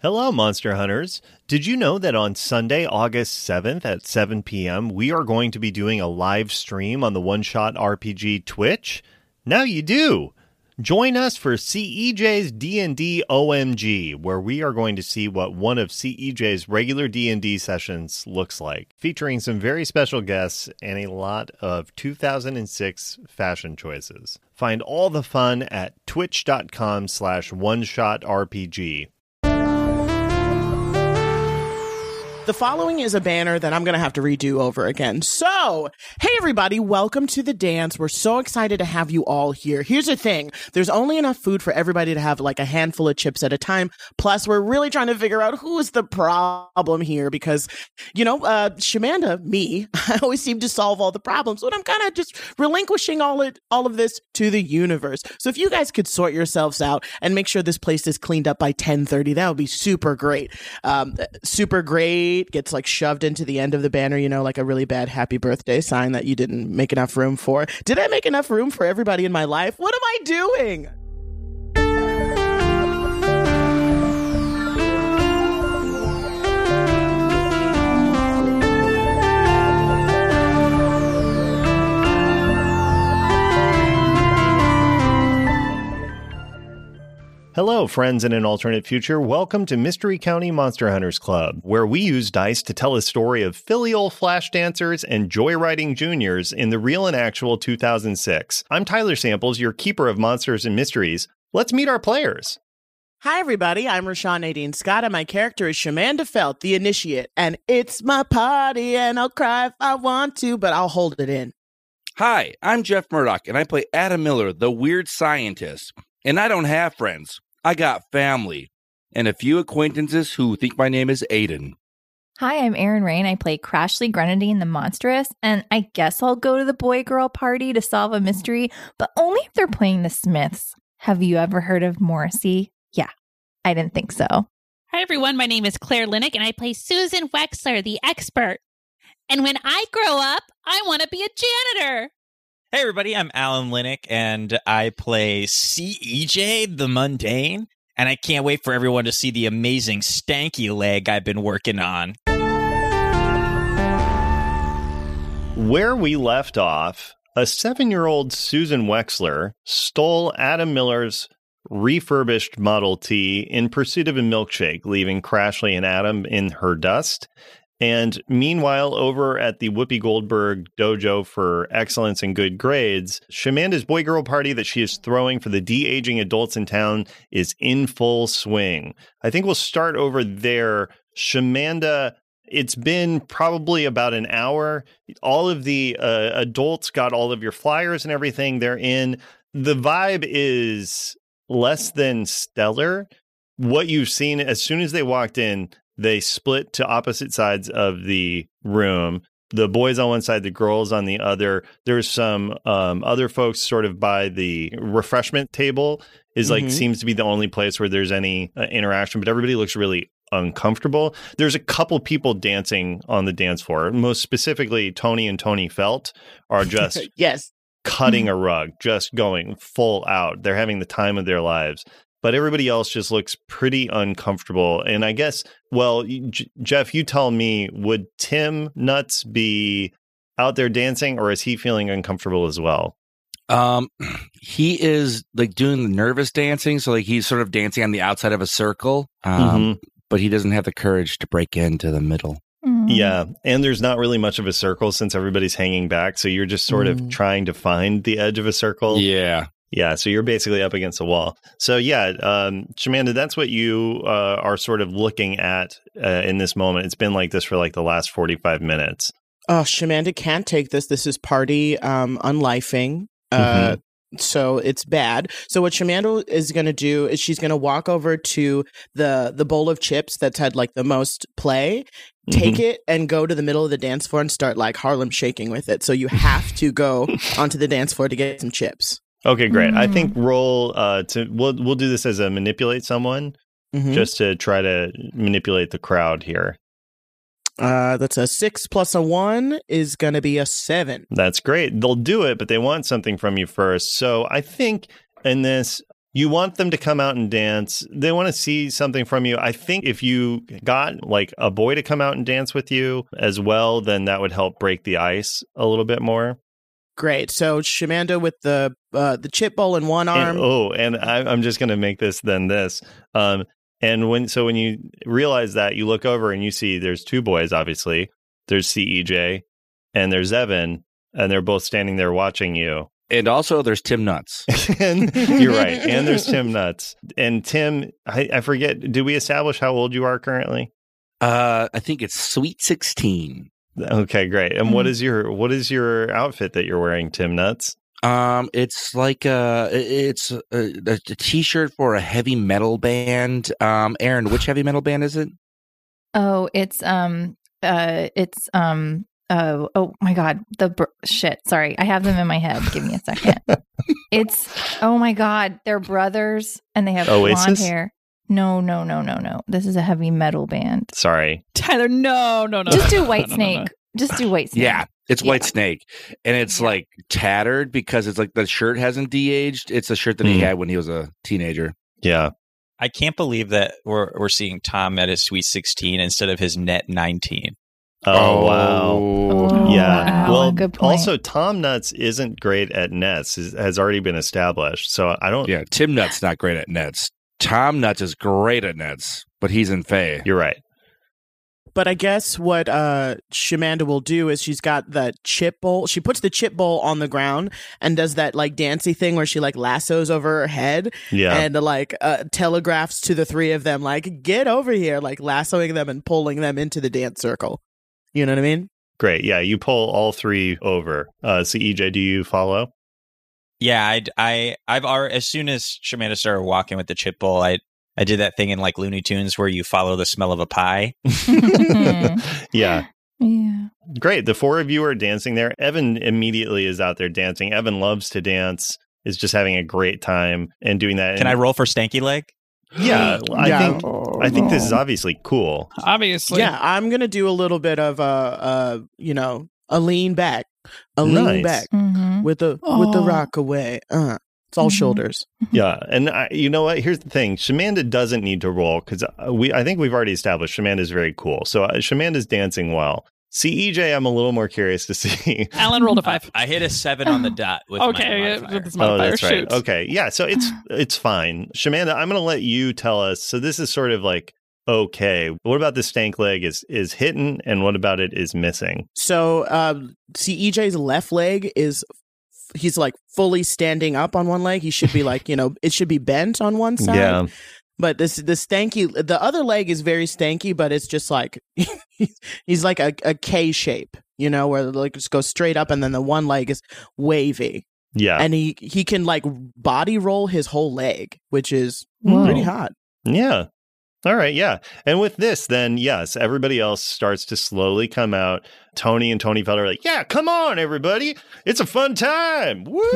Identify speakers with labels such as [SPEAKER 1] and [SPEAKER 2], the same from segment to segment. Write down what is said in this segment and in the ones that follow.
[SPEAKER 1] Hello, Monster Hunters. Did you know that on Sunday, August 7th at 7 p.m., we are going to be doing a live stream on the One Shot RPG Twitch? Now you do! Join us for E CEJ's D&D OMG, where we are going to see what one of CEJ's regular D&D sessions looks like, featuring some very special guests and a lot of 2006 fashion choices. Find all the fun at twitch.com slash one shot RPG.
[SPEAKER 2] The following is a banner that I'm going to have to redo over again. So, hey everybody, welcome to the dance. We're so excited to have you all here. Here's the thing there's only enough food for everybody to have like a handful of chips at a time. Plus, we're really trying to figure out who is the problem here because, you know, uh, Shamanda, me, I always seem to solve all the problems, but I'm kind of just relinquishing all, it, all of this to the universe. So, if you guys could sort yourselves out and make sure this place is cleaned up by 10:30, that would be super great. Um, super great gets like shoved into the end of the banner, you know, like a really bad happy birthday sign that you didn't make enough room for. Did I make enough room for everybody in my life? What am I doing?
[SPEAKER 1] Hello, friends in an alternate future. Welcome to Mystery County Monster Hunters Club, where we use dice to tell a story of filial flash dancers and joyriding juniors in the real and actual 2006. I'm Tyler Samples, your keeper of monsters and mysteries. Let's meet our players.
[SPEAKER 2] Hi, everybody. I'm Rashawn Nadine Scott, and my character is Shamanda Felt, the initiate. And it's my party, and I'll cry if I want to, but I'll hold it in.
[SPEAKER 3] Hi, I'm Jeff Murdoch, and I play Adam Miller, the weird scientist. And I don't have friends. I got family and a few acquaintances who think my name is Aiden.
[SPEAKER 4] Hi, I'm Erin Rain. I play Crashly Grenadine the Monstrous, and I guess I'll go to the boy girl party to solve a mystery, but only if they're playing the Smiths. Have you ever heard of Morrissey? Yeah, I didn't think so.
[SPEAKER 5] Hi, everyone. My name is Claire Linick, and I play Susan Wexler, the expert. And when I grow up, I want to be a janitor.
[SPEAKER 6] Hey everybody, I'm Alan Linick and I play CEJ the Mundane. And I can't wait for everyone to see the amazing stanky leg I've been working on.
[SPEAKER 1] Where we left off, a seven year old Susan Wexler stole Adam Miller's refurbished Model T in pursuit of a milkshake, leaving Crashly and Adam in her dust. And meanwhile, over at the Whoopi Goldberg Dojo for Excellence and Good Grades, Shamanda's boy girl party that she is throwing for the de aging adults in town is in full swing. I think we'll start over there. Shamanda, it's been probably about an hour. All of the uh, adults got all of your flyers and everything. They're in. The vibe is less than stellar. What you've seen as soon as they walked in, they split to opposite sides of the room. The boys on one side, the girls on the other. There's some um, other folks sort of by the refreshment table is like
[SPEAKER 2] Mhm.
[SPEAKER 1] seems to be the only place where there's any uh, interaction, but everybody looks really uncomfortable. There's a couple people dancing on the dance floor. Most specifically, Tony and Tony Felt are just
[SPEAKER 2] Yes.
[SPEAKER 1] cutting a rug, just going full out. They're having the time of their lives. But everybody else just looks pretty uncomfortable. And I guess, well, you- J- Jeff, you tell me, would Tim Nuts be out there dancing or is he feeling uncomfortable as well?
[SPEAKER 3] Um, he is like doing the nervous dancing, so like he's sort of dancing on the outside of a circle. Um,
[SPEAKER 1] Mhm.
[SPEAKER 3] but he doesn't have the courage to break into the middle.
[SPEAKER 4] Mm.
[SPEAKER 1] Yeah. And there's not really much of a circle since everybody's hanging back. So you're just sort of
[SPEAKER 2] Mm.
[SPEAKER 1] trying to find the edge of a circle.
[SPEAKER 3] Yeah,
[SPEAKER 1] Yeah, so you're basically up against a wall. So yeah, um, Shamanda, that's what you uh, are sort of looking at uh, in this moment. It's been like this for like the last 45 minutes.
[SPEAKER 2] Oh, Shamanda can't take this. This is party um unlifing. Uh
[SPEAKER 1] Mm-hmm.
[SPEAKER 2] so it's bad. So what Shamanda is going to do is she's going to walk over to the the bowl of chips that's had like the most play,
[SPEAKER 1] Mm-hmm.
[SPEAKER 2] take it and go to the middle of the dance floor and start like Harlem shaking with it. So you have to go onto the dance floor to get some chips.
[SPEAKER 1] Okay, great. I
[SPEAKER 4] Mm.
[SPEAKER 1] think roll uh, to we'll we'll do this as a manipulate someone
[SPEAKER 2] Mhm.
[SPEAKER 1] just to try to manipulate the crowd here.
[SPEAKER 2] Uh, that's a six plus a one is going to be a seven.
[SPEAKER 1] That's great. They'll do it, but they want something from you first. So I think in this, You want them to come out and dance. They want to see something from you. I think if you got like a boy to come out and dance with you as well, then that would help break the ice a little bit more.
[SPEAKER 2] Great. So Shamanda with the uh, the chip bowl in one
[SPEAKER 1] And-
[SPEAKER 2] arm.
[SPEAKER 1] oh, and I, I'm just going to make this then this. Um, and when so when you realize that, you look over and you see there's two boys. Obviously, there's Cej and there's Evan, and they're both standing there watching you.
[SPEAKER 3] And also, there's Tim Nuts.
[SPEAKER 1] and you're right. And there's Tim Nuts. And Tim, I, I forget. Did we establish how old you are currently?
[SPEAKER 3] Uh, I think it's Sweet 16.
[SPEAKER 1] Okay, great. And what is your what is your outfit that you're wearing, Tim Nuts?
[SPEAKER 3] Um, it's like uh i- it's a, a, a t-shirt for a heavy metal band. Um, Aaron, which heavy metal band is it?
[SPEAKER 4] Oh, it's um uh it's um oh oh my god, the br- shit. Sorry. I have them in my head. Give me a second. it's oh my god, they're brothers and they have blonde
[SPEAKER 1] Oasis?
[SPEAKER 4] hair. No, no, no, no, no. This is a heavy metal band.
[SPEAKER 1] Sorry.
[SPEAKER 7] Tyler, no, no, no.
[SPEAKER 4] Just
[SPEAKER 7] no,
[SPEAKER 4] do
[SPEAKER 7] no,
[SPEAKER 4] White
[SPEAKER 7] no, no,
[SPEAKER 4] Snake.
[SPEAKER 7] no.
[SPEAKER 4] Just do White Snake.
[SPEAKER 3] Yeah, it's
[SPEAKER 4] Yeah.
[SPEAKER 3] White Snake, and it's like tattered because it's like the shirt hasn't de-aged. It's a shirt that he
[SPEAKER 1] Mm.
[SPEAKER 3] had when he was a teenager.
[SPEAKER 1] Yeah.
[SPEAKER 6] I can't believe that we're we're seeing Tom at his sweet sixteen instead of his net nineteen.
[SPEAKER 1] Oh, wow.
[SPEAKER 4] Oh,
[SPEAKER 1] yeah.
[SPEAKER 4] wow.
[SPEAKER 1] Well,
[SPEAKER 4] Good point.
[SPEAKER 1] also Tom Nuts isn't great at nets. Is, has already been established. So I don't.
[SPEAKER 3] Oh, Yeah, Tim Nuts not great at nets. Tom Nuts is great at nets, but he's in Fay.
[SPEAKER 1] You're right.
[SPEAKER 2] But I guess what uh Shamanda will do is she's got the chip bowl. She puts the chip bowl on the ground and does that like dancy thing where she like lassos over her head
[SPEAKER 1] Yeah.
[SPEAKER 2] and like uh, telegraphs to the three of them like get over here, like lassoing them and pulling them into the dance circle. You know what I mean?
[SPEAKER 1] great. Yeah. You pull all three over. Uh, Cej, do you follow?
[SPEAKER 6] Yeah, I I I've already as soon as Shamanda started walking with the chip bowl, I I did that thing in like Looney Tunes where you follow the smell of a pie.
[SPEAKER 1] yeah.
[SPEAKER 4] Yeah.
[SPEAKER 1] Great. The four of you are dancing there. Evan immediately is out there dancing. Evan loves to dance, is just having a great time and doing that.
[SPEAKER 6] Can I
[SPEAKER 1] And-
[SPEAKER 6] roll for Stanky Leg?
[SPEAKER 1] Yeah. I
[SPEAKER 2] Yeah.
[SPEAKER 1] think I think this is obviously cool.
[SPEAKER 7] Obviously.
[SPEAKER 2] yeah, I'm gonna do a little bit of uh uh you know a lean back, a
[SPEAKER 1] Nice.
[SPEAKER 2] lean back
[SPEAKER 4] Mm-hmm.
[SPEAKER 2] with the with the
[SPEAKER 7] Aw.
[SPEAKER 2] rock away. Uh, it's all
[SPEAKER 4] Mhm.
[SPEAKER 2] shoulders.
[SPEAKER 1] Yeah, and I, you know what? Here's the thing: Shamanda doesn't need to roll because we, I think we've already established Shamanda's very cool. So uh, Shamanda's dancing well. CEJ, I'm a little more curious to see.
[SPEAKER 7] Alan rolled a five.
[SPEAKER 6] I hit a seven on the dot with
[SPEAKER 7] Okay,
[SPEAKER 6] my
[SPEAKER 7] yeah,
[SPEAKER 6] modifier.
[SPEAKER 7] with this modifier. Shoot.
[SPEAKER 1] Oh, Okay, yeah. So it's it's fine. Shamanda, I'm going to let you tell us. So this is sort of like okay. What about the stank leg is is hitting, and what about it is missing?
[SPEAKER 2] So um, CEJ's left leg is he's like fully standing up on one leg. He should be like you know it should be bent on one side.
[SPEAKER 1] Yeah,
[SPEAKER 2] But this this stanky the other leg is very stanky, but it's just like he's like a, a K shape, you know, where the leg just goes straight up, and then the one leg is wavy,
[SPEAKER 1] yeah,
[SPEAKER 2] and he he can like body roll his whole leg, which is
[SPEAKER 1] Oh.
[SPEAKER 4] Whoa.
[SPEAKER 2] pretty hot.
[SPEAKER 1] yeah. All right, yeah. And with this, then yes, everybody else starts to slowly come out. Tony and Tony Feller are like, "Yeah, come on, everybody! It's a fun time, woo!"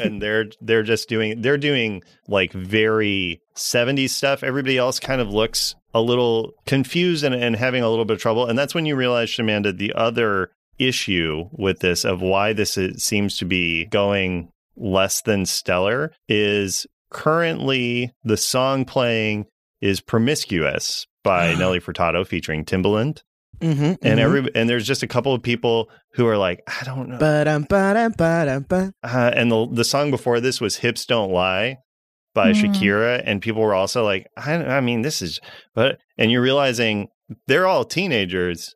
[SPEAKER 1] and they're they're just doing they're doing like very '70s stuff. Everybody else kind of looks a little confused and, and having a little bit of trouble. And that's when you realize, Shamanda, the other issue with this of why this is, seems to be going less than stellar is currently the song playing is "Promiscuous" by Nelly Furtado featuring Timbaland
[SPEAKER 2] Mm-hmm,
[SPEAKER 1] and every and there's just a couple of people who are like i don't know
[SPEAKER 2] Ba-dum, ba-dum, ba-dum, ba.
[SPEAKER 1] uh, and the the song before this was hips don't lie by
[SPEAKER 4] Mm.
[SPEAKER 1] shakira and people were also like i, I mean this is but and you're realizing they're all teenagers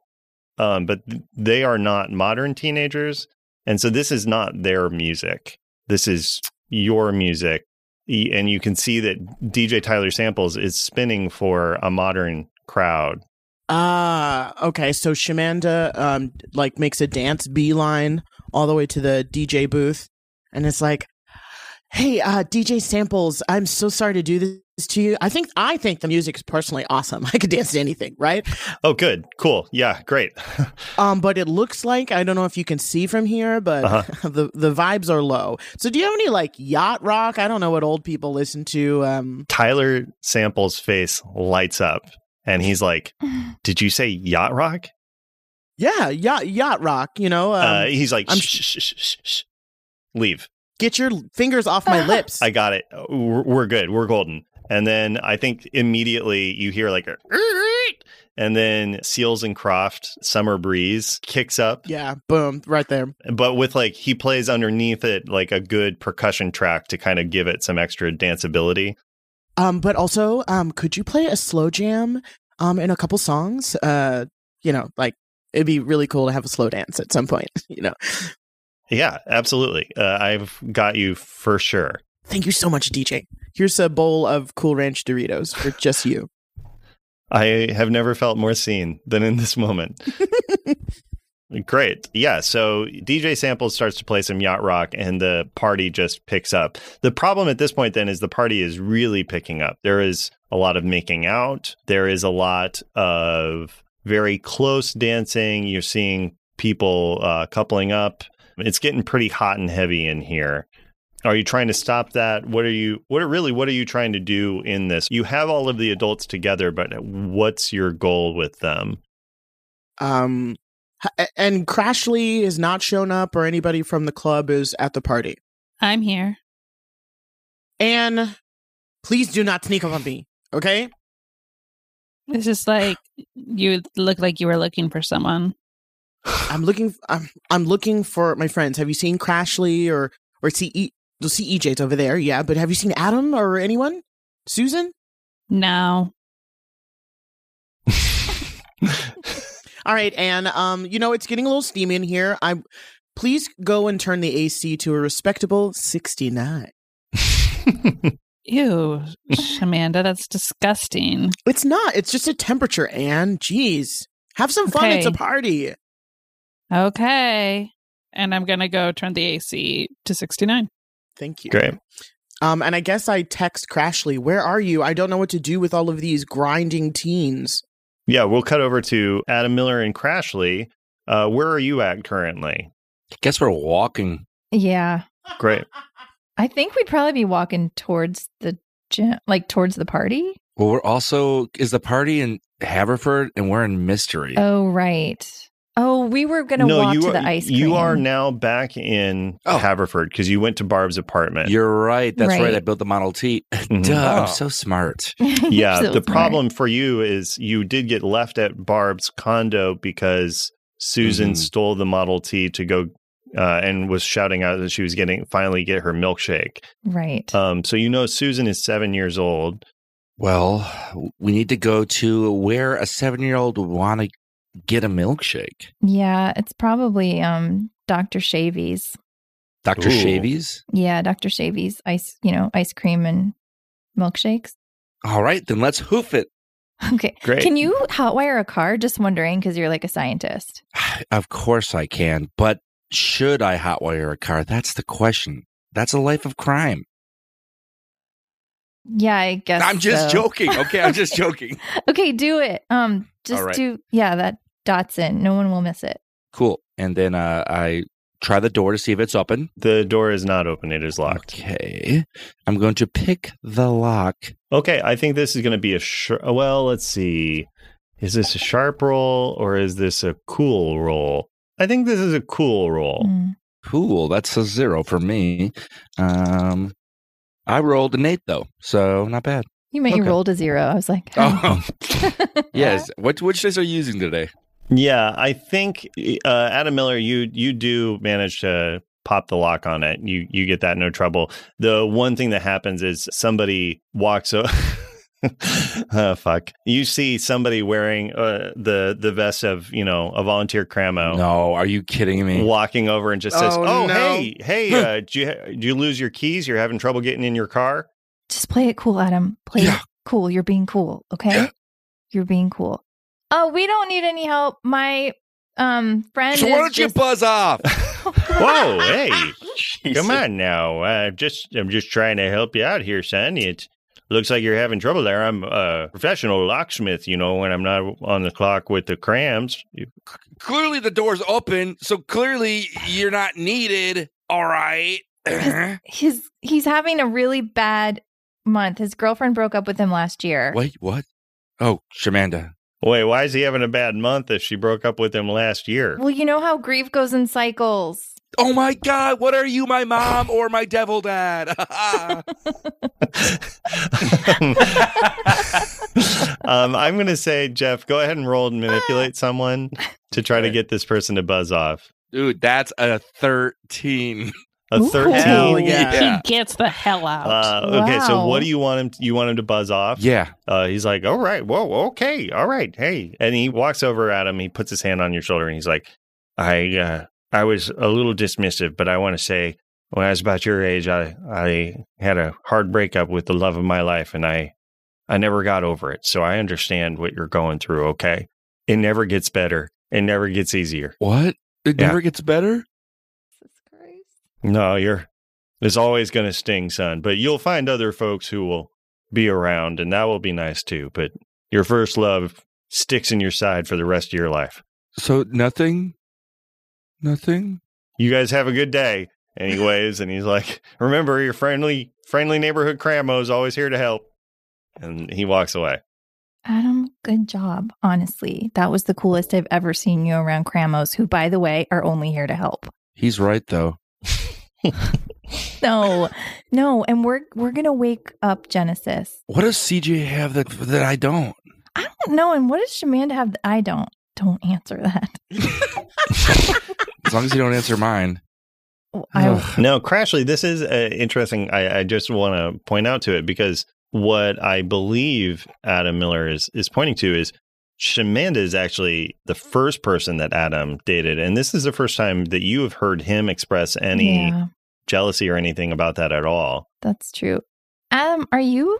[SPEAKER 1] um, but th- they are not modern teenagers and so this is not their music this is your music Y- and you can see that dj tyler samples is spinning for a modern crowd
[SPEAKER 2] Ah, okay. So Shamanda um like makes a dance beeline all the way to the DJ booth, and it's like, "Hey, uh, DJ Samples, I'm so sorry to do this to you. I think I think the music's personally awesome. I could dance to anything, right?
[SPEAKER 1] oh good cool yeah great
[SPEAKER 2] Um, but it looks like I don't know if you can see from here, but
[SPEAKER 1] Uh-huh.
[SPEAKER 2] the the vibes are low. So do you have any like yacht rock? I don't know what old people listen to. Um,
[SPEAKER 1] Tyler Sample's face lights up and he's like, Did you say yacht rock?
[SPEAKER 2] yeah, yacht yacht rock. You know, um,
[SPEAKER 1] uh, he's like,
[SPEAKER 2] I'm-
[SPEAKER 1] shh, shh, shh, shh, shh, shh. Leave.
[SPEAKER 2] Get your fingers off my lips.
[SPEAKER 1] I got it. Uh, We're, we're good. We're golden. And then I think immediately you hear like a, and then Seals and Croft Summer Breeze kicks up,
[SPEAKER 2] yeah, boom, right there.
[SPEAKER 1] but with like he plays underneath it like a good percussion track to kind of give it some extra danceability.
[SPEAKER 2] Um, but also, um, could you play a slow jam um in a couple songs? Uh, you know, like it'd be really cool to have a slow dance at some point, you know.
[SPEAKER 1] Yeah, absolutely. Uh, I've got you for sure.
[SPEAKER 2] Thank you so much, DJ. Here's a bowl of Cool Ranch Doritos for just you.
[SPEAKER 1] I have never felt more seen than in this moment. Great. Yeah. So DJ Sample starts to play some yacht rock and the party just picks up. The problem at this point then is the party is really picking up. There is a lot of making out, there is a lot of very close dancing. You're seeing people uh, coupling up. It's getting pretty hot and heavy in here. Are you trying to stop that? What are you what are really what are you trying to do in this? You have all of the adults together, but what's your goal with them?
[SPEAKER 2] Um, h- and Crashly has not shown up, or anybody from the club is at the party.
[SPEAKER 5] I'm here.
[SPEAKER 2] And please do not sneak up on me, okay?
[SPEAKER 7] It's just
[SPEAKER 5] like,
[SPEAKER 7] you look like you were looking for someone.
[SPEAKER 2] I'm looking. I'm I'm looking for my friends. Have you seen Crashly or or CE? The CEJ's over there, yeah. But have you seen Adam or anyone? Susan?
[SPEAKER 7] No.
[SPEAKER 2] All right, Anne. Um, you know it's getting a little steamy in here. I please go and turn the AC to a respectable sixty-nine.
[SPEAKER 7] Ew, Amanda, that's disgusting.
[SPEAKER 2] It's not. It's just a temperature, Anne. Jeez, have some fun. It's a
[SPEAKER 7] Okay.
[SPEAKER 2] party.
[SPEAKER 7] Okay. And I'm going to go turn the AC to 69.
[SPEAKER 2] Thank you.
[SPEAKER 1] Great.
[SPEAKER 2] Um, and I guess I text Crashly. Where are you? I don't know what to do with all of these grinding teens.
[SPEAKER 1] Yeah, we'll cut over to Adam Miller and Crashly. Uh, where are you at currently?
[SPEAKER 3] Guess we're walking.
[SPEAKER 4] Yeah.
[SPEAKER 1] Great.
[SPEAKER 4] I think we'd probably be walking towards the gym, like towards the party.
[SPEAKER 3] Well, we're also is the party in Haverford, and we're in Mystery.
[SPEAKER 4] Oh, right. Oh, we were going to walk
[SPEAKER 1] you
[SPEAKER 4] to
[SPEAKER 1] are,
[SPEAKER 4] the ice cream.
[SPEAKER 1] you are now back in
[SPEAKER 3] Oh.
[SPEAKER 1] Haverford because you went to Barb's apartment.
[SPEAKER 3] You're right. That's right.
[SPEAKER 4] Right.
[SPEAKER 3] I built the Model T.
[SPEAKER 1] Mhm.
[SPEAKER 3] Duh,
[SPEAKER 1] Oh.
[SPEAKER 3] I'm so smart.
[SPEAKER 1] yeah,
[SPEAKER 4] So
[SPEAKER 1] the
[SPEAKER 4] smart.
[SPEAKER 1] problem for you is you did get left at Barb's condo because Susan
[SPEAKER 3] Mhm.
[SPEAKER 1] stole the Model T to go uh, and was shouting out that she was getting finally get her milkshake.
[SPEAKER 4] Right.
[SPEAKER 1] Um, so you know Susan is seven years old.
[SPEAKER 3] Well, we need to go to where a seven year old would want to get a milkshake.
[SPEAKER 4] yeah, it's probably um Dr. Shavy's.
[SPEAKER 3] Dr.
[SPEAKER 1] Ooh.
[SPEAKER 3] Shavy's?
[SPEAKER 4] Yeah, Dr. Shavy's ice, you know, ice cream and milkshakes.
[SPEAKER 3] All right, then let's hoof it.
[SPEAKER 4] Okay.
[SPEAKER 1] Great.
[SPEAKER 4] Can you hotwire a car? Just wondering, because you're like a scientist.
[SPEAKER 3] Of course I can, but should I hotwire a car? That's the question. That's a life of crime.
[SPEAKER 4] Yeah, I guess.
[SPEAKER 3] I'm just
[SPEAKER 4] so.
[SPEAKER 3] joking. Okay, I'm just joking.
[SPEAKER 4] Okay, do it. Um, just
[SPEAKER 3] All right.
[SPEAKER 4] do. Yeah, that Dotson. No one will miss it.
[SPEAKER 3] Cool. And then uh, I try the door to see if it's open.
[SPEAKER 1] The door is not open; it is locked.
[SPEAKER 3] Okay. I'm going to pick the lock.
[SPEAKER 1] Okay, I think this is going to be a sh- well. Let's see, is this a sharp roll or is this a cool roll? I think this is a cool roll.
[SPEAKER 4] Mm.
[SPEAKER 3] Cool. That's a zero for me. Um, I rolled an eight though, so not bad.
[SPEAKER 4] You meant
[SPEAKER 3] Okay.
[SPEAKER 4] you rolled a zero. I was like,
[SPEAKER 3] Oh,
[SPEAKER 4] yes.
[SPEAKER 3] yes. What which dice are you using today?
[SPEAKER 1] Yeah, I think uh, Adam Miller, you you do manage to pop the lock on it. You you get that no trouble. The one thing that happens is somebody walks. O- oh fuck! You see somebody wearing uh, the the vest of you know a volunteer cramo.
[SPEAKER 3] No, are you kidding me?
[SPEAKER 1] Walking over and just says,
[SPEAKER 2] Oh,
[SPEAKER 1] "Oh,
[SPEAKER 2] no.
[SPEAKER 1] hey, hey, uh, do you do you lose your keys? You're having trouble getting in your car."
[SPEAKER 4] Just play it cool, Adam. Play
[SPEAKER 3] Yeah.
[SPEAKER 4] it cool. You're being cool. Okay.
[SPEAKER 3] Yeah.
[SPEAKER 4] You're being cool. Oh, we don't need any help. My um friend.
[SPEAKER 3] So
[SPEAKER 4] is
[SPEAKER 3] why don't you
[SPEAKER 4] just-
[SPEAKER 3] buzz off?
[SPEAKER 1] Whoa, hey, come on now. Uh, just I'm just trying to help you out here, son. It looks like you're having trouble there. I'm a professional locksmith, you know, when I'm not on the clock with the crams.
[SPEAKER 3] Clearly the door's open, so clearly you're not needed. All right. Uh-huh.
[SPEAKER 4] His- His he's having a really bad month. His girlfriend broke up with him last year.
[SPEAKER 3] Wait, what? Oh, Shamanda.
[SPEAKER 1] Wait, why is he having a bad month if she broke up with him last year?
[SPEAKER 4] Well, you know how grief goes in cycles.
[SPEAKER 3] Oh my God, what are you, my mom or my devil dad?
[SPEAKER 1] um, I'm going to say, Jeff, go ahead and roll and manipulate someone to try to
[SPEAKER 3] Okay.
[SPEAKER 1] get this person to buzz off.
[SPEAKER 3] Dude, that's a 13.
[SPEAKER 1] A
[SPEAKER 4] Ooh.
[SPEAKER 1] 13.
[SPEAKER 2] Hell yeah.
[SPEAKER 3] Yeah.
[SPEAKER 7] He gets the hell out.
[SPEAKER 1] Uh, okay, so
[SPEAKER 4] Wow.
[SPEAKER 1] what do you want him? you want him to buzz off?
[SPEAKER 3] Yeah.
[SPEAKER 1] Uh, he's like, all right, whoa, okay, all right, hey, and he walks over at him. He puts his hand on your shoulder, and he's like, I, uh, I was a little dismissive, but I want to say, when I was about your age, I, I had a hard breakup with the love of my life, and I, I never got over it. So I understand what you're going through. Okay, it never gets better. It never gets easier.
[SPEAKER 3] What? It
[SPEAKER 1] Yeah.
[SPEAKER 3] never gets better?
[SPEAKER 4] Jesus Christ.
[SPEAKER 1] No, you're it's always going to sting, son, but you'll find other folks who will be around and that will be nice too, but your first love sticks in your side for the rest of your life.
[SPEAKER 3] So nothing? Nothing?
[SPEAKER 1] You guys have a good day. Anyways, and he's like, "Remember, your friendly friendly neighborhood Cramo is always here to help." And he walks away.
[SPEAKER 4] Adam, good job. Honestly, that was the coolest I've ever seen you around Kramos, who, by the way, are only here to help.
[SPEAKER 3] He's right, though.
[SPEAKER 4] No, no, and we're we're gonna wake up Genesis.
[SPEAKER 3] What does CJ have that, that I don't?
[SPEAKER 4] I don't know. And what does Shamanda have that I don't? Don't answer that.
[SPEAKER 3] As long as you don't answer mine.
[SPEAKER 4] I,
[SPEAKER 3] Ugh.
[SPEAKER 1] No, Crashly, this is uh, interesting. I, I just want to point out to it because what I believe Adam Miller is is pointing to is Shamanda is actually the first person that Adam dated, and this is the first time that you have heard him express any
[SPEAKER 4] yeah,
[SPEAKER 1] jealousy or anything about that at all.
[SPEAKER 4] that's true. Adam, are you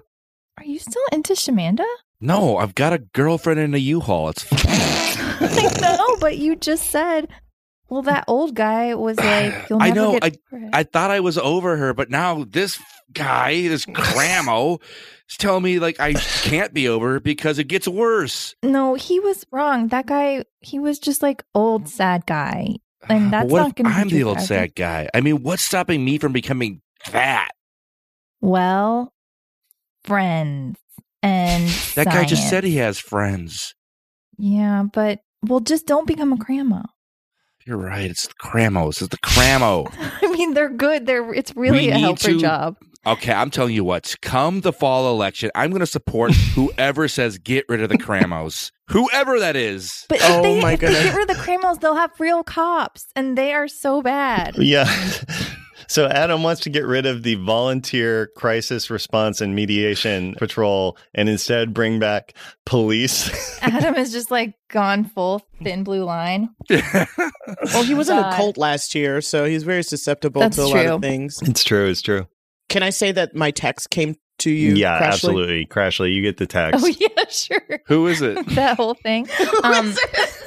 [SPEAKER 4] are you still into Shamanda?
[SPEAKER 3] No, I've got a girlfriend in a U-Haul. It's
[SPEAKER 4] I know, but you just said, well, that old guy was like, you'll
[SPEAKER 3] I
[SPEAKER 4] never
[SPEAKER 3] know,
[SPEAKER 4] get over it.
[SPEAKER 3] I thought I was over her, but now this guy, this Gramo, is telling me like I can't be over her because it gets worse.
[SPEAKER 4] No, he was wrong. That guy, he was just like old sad guy. And that's
[SPEAKER 3] what
[SPEAKER 4] not
[SPEAKER 3] if
[SPEAKER 4] gonna be
[SPEAKER 3] I'm the
[SPEAKER 4] true
[SPEAKER 3] old
[SPEAKER 4] forever?
[SPEAKER 3] sad guy. I mean, what's stopping me from becoming that?
[SPEAKER 4] Well, friends and
[SPEAKER 3] That guy just said
[SPEAKER 4] science.
[SPEAKER 3] he has friends.
[SPEAKER 4] Yeah, but well, just don't become a grandma.
[SPEAKER 3] You're right. It's the Kramos. It's the Cramo.
[SPEAKER 4] I mean, they're good. They're it's really
[SPEAKER 3] We
[SPEAKER 4] a
[SPEAKER 3] need
[SPEAKER 4] helper
[SPEAKER 3] to-
[SPEAKER 4] job.
[SPEAKER 3] Okay, I'm telling you what. Come the fall election, I'm going to support whoever says get rid of the Cramos, whoever that is.
[SPEAKER 4] But
[SPEAKER 2] Oh
[SPEAKER 4] if, they,
[SPEAKER 2] my
[SPEAKER 4] if they
[SPEAKER 2] goodness.
[SPEAKER 4] get rid of the Kremels, they'll have real cops, and they are so bad.
[SPEAKER 1] Yeah. So Adam wants to get rid of the volunteer crisis response and mediation patrol, and instead bring back police.
[SPEAKER 4] Adam is just like gone full thin blue line.
[SPEAKER 2] Well, he was in a
[SPEAKER 4] God.
[SPEAKER 2] cult last year, so he's very susceptible
[SPEAKER 4] That's
[SPEAKER 2] to a lot
[SPEAKER 4] true.
[SPEAKER 2] of things.
[SPEAKER 1] it's true. It's true.
[SPEAKER 2] Can I say that my text came to you?
[SPEAKER 1] yeah,
[SPEAKER 2] Crashly?
[SPEAKER 1] absolutely, Crashly. You get the text.
[SPEAKER 4] Oh yeah, sure.
[SPEAKER 3] Who is it?
[SPEAKER 4] that whole thing. Um,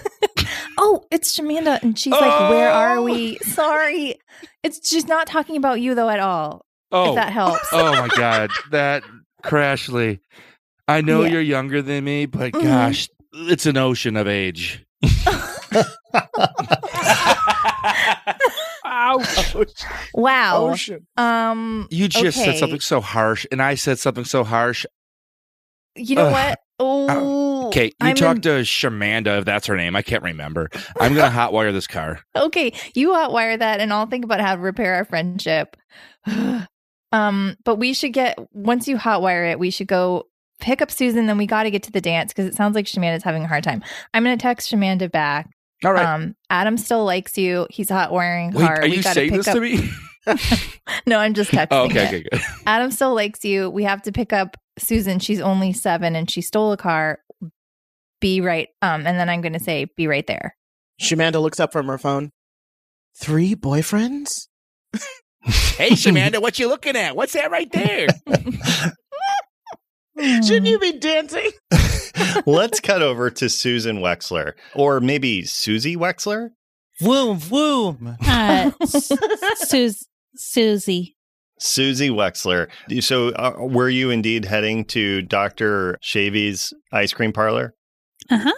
[SPEAKER 4] oh, it's Shamanda, and she's like, "Where are we?" Sorry, it's she's not talking about you though at all.
[SPEAKER 3] Oh,
[SPEAKER 4] If that helps.
[SPEAKER 3] oh my god, that Crashly. I know
[SPEAKER 4] Yeah.
[SPEAKER 3] you're younger than me, but
[SPEAKER 4] Mhm.
[SPEAKER 3] gosh, it's an ocean of age.
[SPEAKER 7] Ouch.
[SPEAKER 4] Wow.
[SPEAKER 2] shit.
[SPEAKER 4] Um,
[SPEAKER 3] You just said
[SPEAKER 4] Okay.
[SPEAKER 3] something so harsh, and I said something so harsh.
[SPEAKER 4] you know
[SPEAKER 3] Ugh. Uh,
[SPEAKER 4] what? Oh,
[SPEAKER 3] Okay, you
[SPEAKER 4] I'm
[SPEAKER 3] talk
[SPEAKER 4] in-
[SPEAKER 3] to Shamanda, if that's her name. I can't remember. I'm gonna hotwire this car.
[SPEAKER 4] okay. You outwire that, and I'll think about how to repair our friendship. um, but we should get once you hotwire it, we should go. Pick up Susan, then we got to get to the dance because it sounds like Shamanda's having a hard time. I'm going to text Shamanda back
[SPEAKER 3] All right.
[SPEAKER 4] Um, Adam still likes you. He's hot wearing
[SPEAKER 3] Wait,
[SPEAKER 4] hard.
[SPEAKER 3] are you
[SPEAKER 4] gotta
[SPEAKER 3] saying
[SPEAKER 4] pick
[SPEAKER 3] this
[SPEAKER 4] up-
[SPEAKER 3] to me?
[SPEAKER 4] No, I'm just texting.
[SPEAKER 3] Oh, okay,
[SPEAKER 4] it.
[SPEAKER 3] okay, good.
[SPEAKER 4] Adam still likes you. We have to pick up Susan. She's only seven and she stole a car. Be right. Um, and then I'm going to say, be right there.
[SPEAKER 2] Shamanda looks up from her phone. Three boyfriends?
[SPEAKER 3] Hey, Shamanda, what you looking at? What's that right there?
[SPEAKER 2] Shouldn't you be dancing?
[SPEAKER 1] Let's cut over to Susan Wexler, or maybe Susie Wexler.
[SPEAKER 6] Woom, woom.
[SPEAKER 5] Uh, S- Sus- Susie.
[SPEAKER 1] Susie Wexler. So, uh, were you indeed heading to Dr. Shavy's ice cream parlor?
[SPEAKER 5] Uh-huh.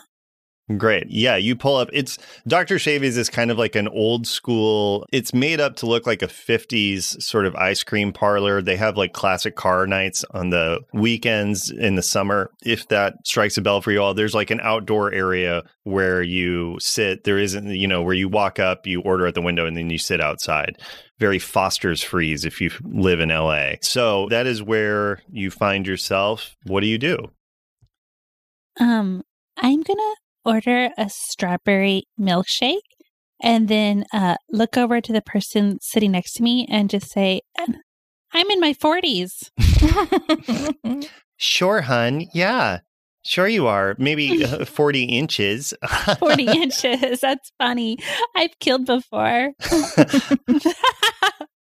[SPEAKER 1] Great. Yeah, you pull up. It's Dr. Shavy's is kind of like an old school. It's made up to look like a 50s sort of ice cream parlor. They have like classic car nights on the weekends in the summer. If that strikes a bell for you all, there's like an outdoor area where you sit. There isn't, you know, where you walk up, you order at the window, and then you sit outside very Foster's freeze if you live in LA. So that is where you find yourself. What do you do?
[SPEAKER 5] Um, I'm gonna order a strawberry milkshake and then uh, look over to the person sitting next to me and just say, "Um, "I'm in my 40s."
[SPEAKER 1] Sure, hun. Yeah. Sure, you are. Maybe uh, 40 inches.
[SPEAKER 5] 40 inches. That's funny. I've killed before.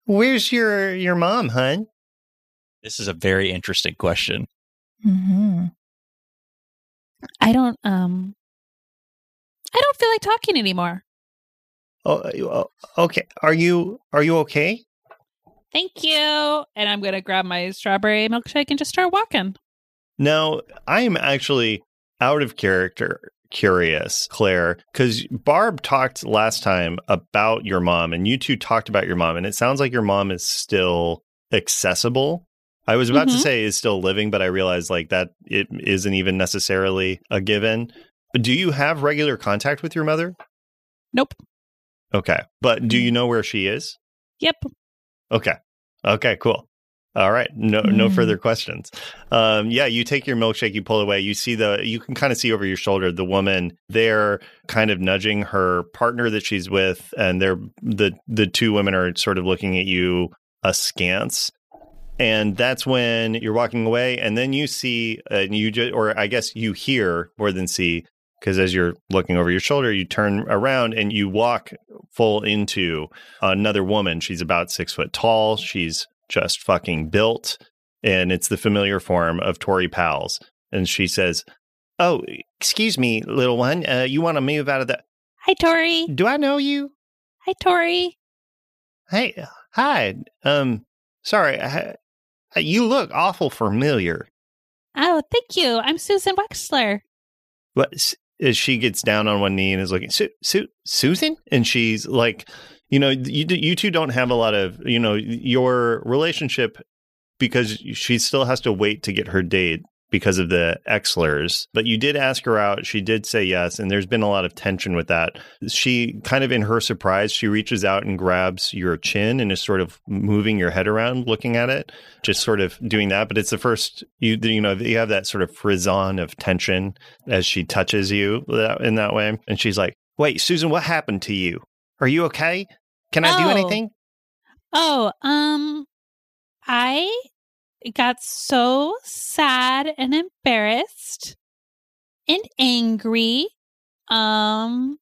[SPEAKER 1] Where's your, your mom, hun?
[SPEAKER 6] This is a very interesting question.
[SPEAKER 4] hmm
[SPEAKER 5] I don't um I don't feel like talking anymore.
[SPEAKER 1] Oh, you- oh, okay. Are you are you okay?
[SPEAKER 5] Thank you.
[SPEAKER 7] And I'm going to grab my strawberry milkshake and just start walking.
[SPEAKER 1] Now, I am actually out of character curious, Claire, because Barb talked last time about your mom, and you two talked about your mom, and it sounds like your mom is still accessible. I was about
[SPEAKER 5] Mhm.
[SPEAKER 1] to say is still living, but I realized like that it isn't even necessarily a given. Do you have regular contact with your mother?
[SPEAKER 7] Nope.
[SPEAKER 1] Okay. But do you know where she is?
[SPEAKER 7] Yep.
[SPEAKER 1] Okay. Okay, cool. All right. No no
[SPEAKER 4] Mm.
[SPEAKER 1] further questions. Um yeah, you take your milkshake, you pull away, you see the you can kind of see over your shoulder the woman there kind of nudging her partner that she's with and they're the the two women are sort of looking at you askance. And that's when you're walking away and then you see and you just or I guess you hear more than see because as you're looking over your shoulder, you turn around and you walk full into another woman. She's about six foot tall. She's just fucking built. And it's the familiar form of Tori Pals. And she says, Oh, excuse me, little one. Uh, you want to move out of the.
[SPEAKER 5] Hi Tori.
[SPEAKER 1] Do I know you?
[SPEAKER 5] Hi Tori.
[SPEAKER 1] Hey, hi. Um, sorry. I, uh, you look awful familiar.
[SPEAKER 5] Oh, thank you. I'm Susan Wexler.
[SPEAKER 1] But s- as she gets down on one knee and is looking, Su- Su- Susan, and she's like, you know, you d- you two don't have a lot of, you know, your relationship because she still has to wait to get her date because of the Exlers. But you did ask her out; she did say yes, and there's been a lot of tension with that. She kind of, in her surprise, she reaches out and grabs your chin and is sort of moving your head around, looking at it, just sort of doing that. But it's the first you you know you have that sort of frisson of tension as she touches you that, in that way. And she's like, Wait, Susan, what happened to you? Are you okay? Can I do
[SPEAKER 5] Oh.
[SPEAKER 1] anything?
[SPEAKER 5] Oh, um I got so sad and embarrassed and angry. Um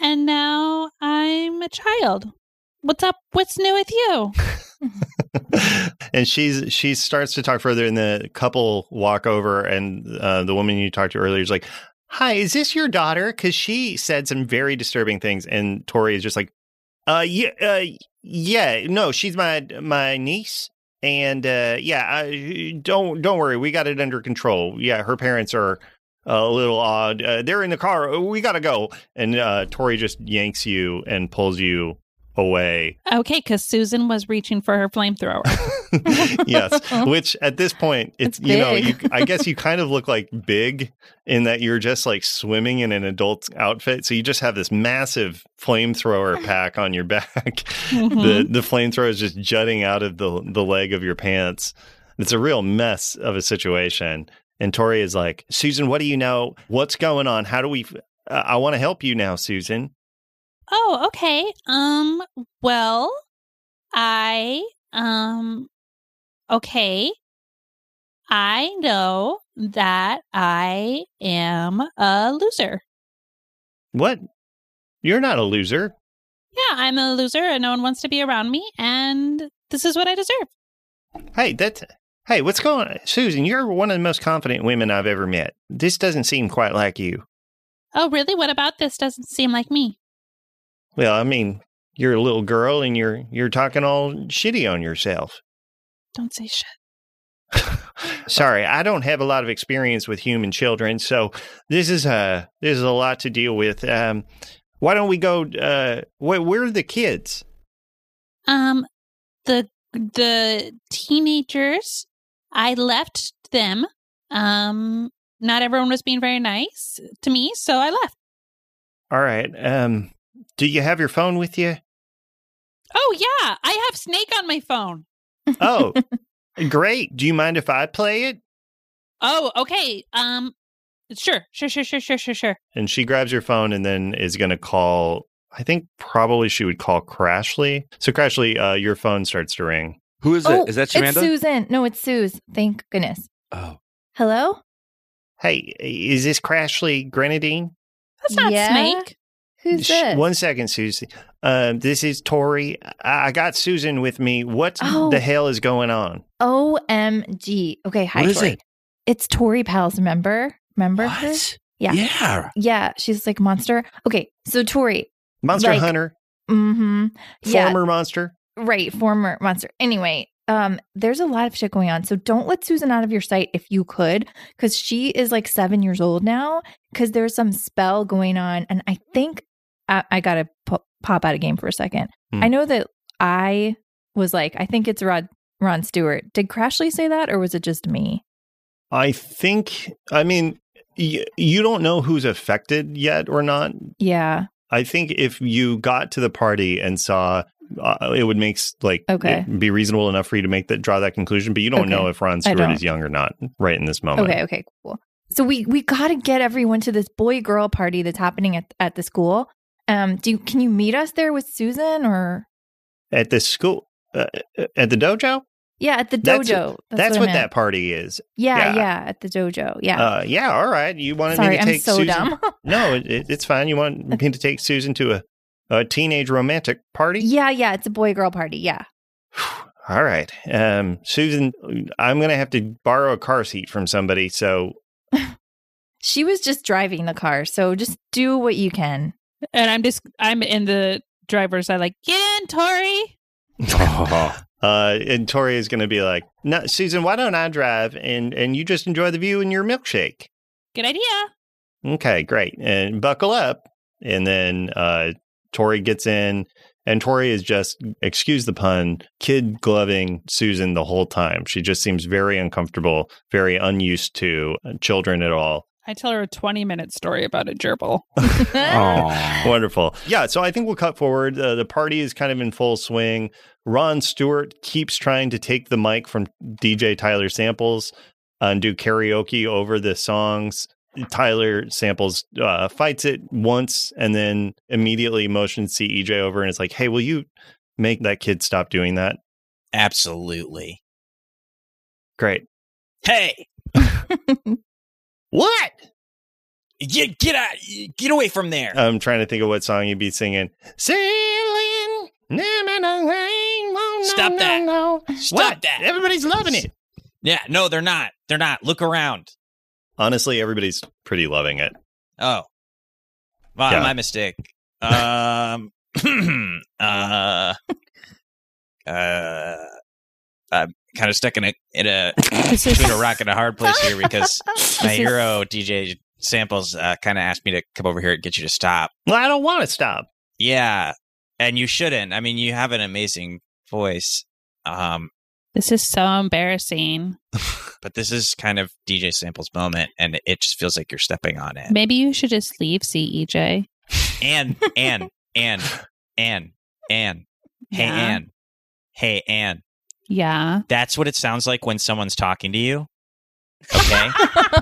[SPEAKER 5] and now I'm a child. What's up? What's new with you?
[SPEAKER 1] and she's she starts to talk further, and the couple walk over, and uh, the woman you talked to earlier is like, "Hi, is this your daughter?" Because she said some very disturbing things, and Tori is just like, "Uh, yeah, uh, yeah, no, she's my my niece." And uh, yeah, I, don't don't worry, we got it under control. Yeah, her parents are a little odd. Uh, they're in the car. We gotta go. And uh, Tori just yanks you and pulls you away
[SPEAKER 5] Okay, because Susan was reaching for her flamethrower.
[SPEAKER 1] yes which at this point it's,
[SPEAKER 4] It's
[SPEAKER 1] you know you
[SPEAKER 4] big.
[SPEAKER 1] i guess you kind of look like big in that you're just like swimming in an adult outfit so you just have this massive flamethrower pack on your back
[SPEAKER 5] Mm-hmm.
[SPEAKER 1] the the flamethrower is just jutting out of the the leg of your pants it's a real mess of a situation and tori is like susan what do you know what's going on how do we f- uh, i want to help you now susan
[SPEAKER 5] Oh, okay. Um, well, I, um, okay. I know that I am a loser.
[SPEAKER 1] what you're not a loser
[SPEAKER 5] Yeah, I'm a loser and no one wants to be around me, and this is what I deserve.
[SPEAKER 1] Hey, that's hey, what's going on? Susan, you're one of the most confident women I've ever met. This doesn't seem quite like you.
[SPEAKER 5] Oh, really? What about this doesn't seem like me?
[SPEAKER 1] Well, I mean, you're a little girl and you're you're talking all shitty on yourself.
[SPEAKER 5] Don't say shit.
[SPEAKER 1] Sorry, I don't have a lot of experience with human children, so this is a this is a lot to deal with. Um, why don't we go? Uh, wh- where are the kids?
[SPEAKER 5] Um, the the teenagers, I left them. Um, not everyone was being very nice to me, so I left.
[SPEAKER 1] All right. Um, do you have your phone with you?
[SPEAKER 5] Oh yeah, I have Snake on my phone.
[SPEAKER 1] Oh, great. Do you mind if I play it?
[SPEAKER 5] Oh okay. Um, sure, sure, sure, sure, sure, sure, sure.
[SPEAKER 1] And she grabs your phone and then is going to call. I think probably she would call Crashly. So Crashly, uh, your phone starts to ring.
[SPEAKER 3] Who is
[SPEAKER 4] Oh,
[SPEAKER 3] it? Is that
[SPEAKER 4] It's
[SPEAKER 3] Shamanda?
[SPEAKER 4] Susan. No, it's Suze. Thank goodness.
[SPEAKER 3] oh,
[SPEAKER 4] Hello?
[SPEAKER 1] Hey, is this Crashly Grenadine?
[SPEAKER 5] That's not
[SPEAKER 4] Yeah?
[SPEAKER 5] Snake.
[SPEAKER 4] Who's
[SPEAKER 1] Sh-
[SPEAKER 4] this?
[SPEAKER 1] One second, Susie. Um, this is Tori. I-, I got Susan with me. What
[SPEAKER 4] Oh.
[SPEAKER 1] the hell is going on?
[SPEAKER 4] OMG. Okay, hi.
[SPEAKER 3] what is
[SPEAKER 4] Tori.
[SPEAKER 3] it?
[SPEAKER 4] It's Tori Pals, remember? Remember her?
[SPEAKER 3] What?
[SPEAKER 4] Yeah.
[SPEAKER 3] Yeah.
[SPEAKER 4] Yeah, she's like monster. Okay, so Tori.
[SPEAKER 1] Monster
[SPEAKER 4] Like,
[SPEAKER 1] Hunter,
[SPEAKER 4] Mm-hmm. Yeah.
[SPEAKER 1] former monster.
[SPEAKER 4] Right, former monster. Anyway, um, there's a lot of shit going on. So don't let Susan out of your sight if you could, because she is like seven years old now. Because there's some spell going on, and I think I, I gotta po- pop out of game for a second.
[SPEAKER 1] Hmm.
[SPEAKER 4] I know that I was like, I think it's Rod Ron Stewart. Did Crashly say that, or was it just me?
[SPEAKER 1] I think. I mean, y- you don't know who's affected yet or not.
[SPEAKER 4] Yeah.
[SPEAKER 1] I think if you got to the party and saw, uh, it would make s- like
[SPEAKER 4] Okay.
[SPEAKER 1] it be reasonable enough for you to make that draw that conclusion. But you don't
[SPEAKER 4] Okay.
[SPEAKER 1] know if Ron
[SPEAKER 4] I
[SPEAKER 1] Stewart
[SPEAKER 4] don't.
[SPEAKER 1] is young or not right in this moment.
[SPEAKER 4] Okay. Okay. Cool. So we we gotta get everyone to this boy girl party that's happening at at the school. Um, do you, can you meet us there with Susan or?
[SPEAKER 1] At the school, uh, at the dojo.
[SPEAKER 4] Yeah, at the
[SPEAKER 1] That's-
[SPEAKER 4] dojo.
[SPEAKER 1] That's, what,
[SPEAKER 4] I
[SPEAKER 1] that
[SPEAKER 4] meant.
[SPEAKER 1] party is. yeah.
[SPEAKER 4] Yeah, yeah, at the dojo. Yeah.
[SPEAKER 1] Uh, yeah. All right. You wanted me
[SPEAKER 4] Sorry,
[SPEAKER 1] to
[SPEAKER 4] I'm
[SPEAKER 1] take
[SPEAKER 4] so
[SPEAKER 1] Susan.
[SPEAKER 4] dumb.
[SPEAKER 1] No, it, it, it's fine. You want me to take Susan to a, a teenage romantic party?
[SPEAKER 4] yeah, yeah, it's a boy girl party. Yeah.
[SPEAKER 1] All right. Um, Susan, I'm going to have to borrow a car seat from somebody. So,
[SPEAKER 4] She was just driving the car, so just do what you can.
[SPEAKER 5] And I'm just
[SPEAKER 7] I'm in the driver's side, like,
[SPEAKER 5] get in, Tori.
[SPEAKER 3] Oh.
[SPEAKER 1] uh, and Tori is going to be like, no, Susan, why don't I drive and, and you just enjoy the view and your milkshake?
[SPEAKER 5] Good idea.
[SPEAKER 1] Okay, great. And buckle up. And then uh, Tori gets in, and Tori is just, excuse the pun, kid gloving Susan the whole time. She just seems very uncomfortable, very unused to uh, children at all.
[SPEAKER 7] I tell her a 20 minute story about a gerbil.
[SPEAKER 1] Oh.
[SPEAKER 3] Aw.
[SPEAKER 1] Wonderful. Yeah. So I think we'll cut forward. Uh, the party is kind of in full swing. Ron Stewart keeps trying to take the mic from DJ Tyler Samples and do karaoke over the songs. Tyler Samples uh, fights it once and then immediately motions CEJ over and it's like, hey, will you make that kid stop doing that?
[SPEAKER 6] Absolutely.
[SPEAKER 1] Great.
[SPEAKER 6] Hey,
[SPEAKER 1] What?
[SPEAKER 6] get get out, get away from there.
[SPEAKER 1] I'm trying to think of what song you'd be singing. Sailing.
[SPEAKER 6] Stop that. Stop
[SPEAKER 1] What?
[SPEAKER 6] that.
[SPEAKER 1] Everybody's loving it.
[SPEAKER 6] yeah, no, they're not. They're not. Look around.
[SPEAKER 1] Honestly, everybody's pretty loving it.
[SPEAKER 6] Oh, wow,
[SPEAKER 1] Yeah.
[SPEAKER 6] my mistake. Um, uh, uh, I'm kind of stuck in a in a
[SPEAKER 5] This is-
[SPEAKER 6] between a rock and a hard place here because my
[SPEAKER 5] is-
[SPEAKER 6] hero DJ Samples uh, kind of asked me to come over here and get you to stop.
[SPEAKER 1] Well, I don't want to stop.
[SPEAKER 6] Yeah, and you shouldn't. I mean, you have an amazing voice. Um,
[SPEAKER 5] This is so embarrassing.
[SPEAKER 6] but this is kind of DJ Sample's moment, and it just feels like you're stepping on
[SPEAKER 2] Eh.
[SPEAKER 6] it.
[SPEAKER 5] Maybe you should just leave, E CEJ.
[SPEAKER 6] And and and and and hey
[SPEAKER 5] Yeah.
[SPEAKER 6] Ann, hey Ann,
[SPEAKER 5] Yeah.
[SPEAKER 6] that's what it sounds like when someone's talking to you. Okay.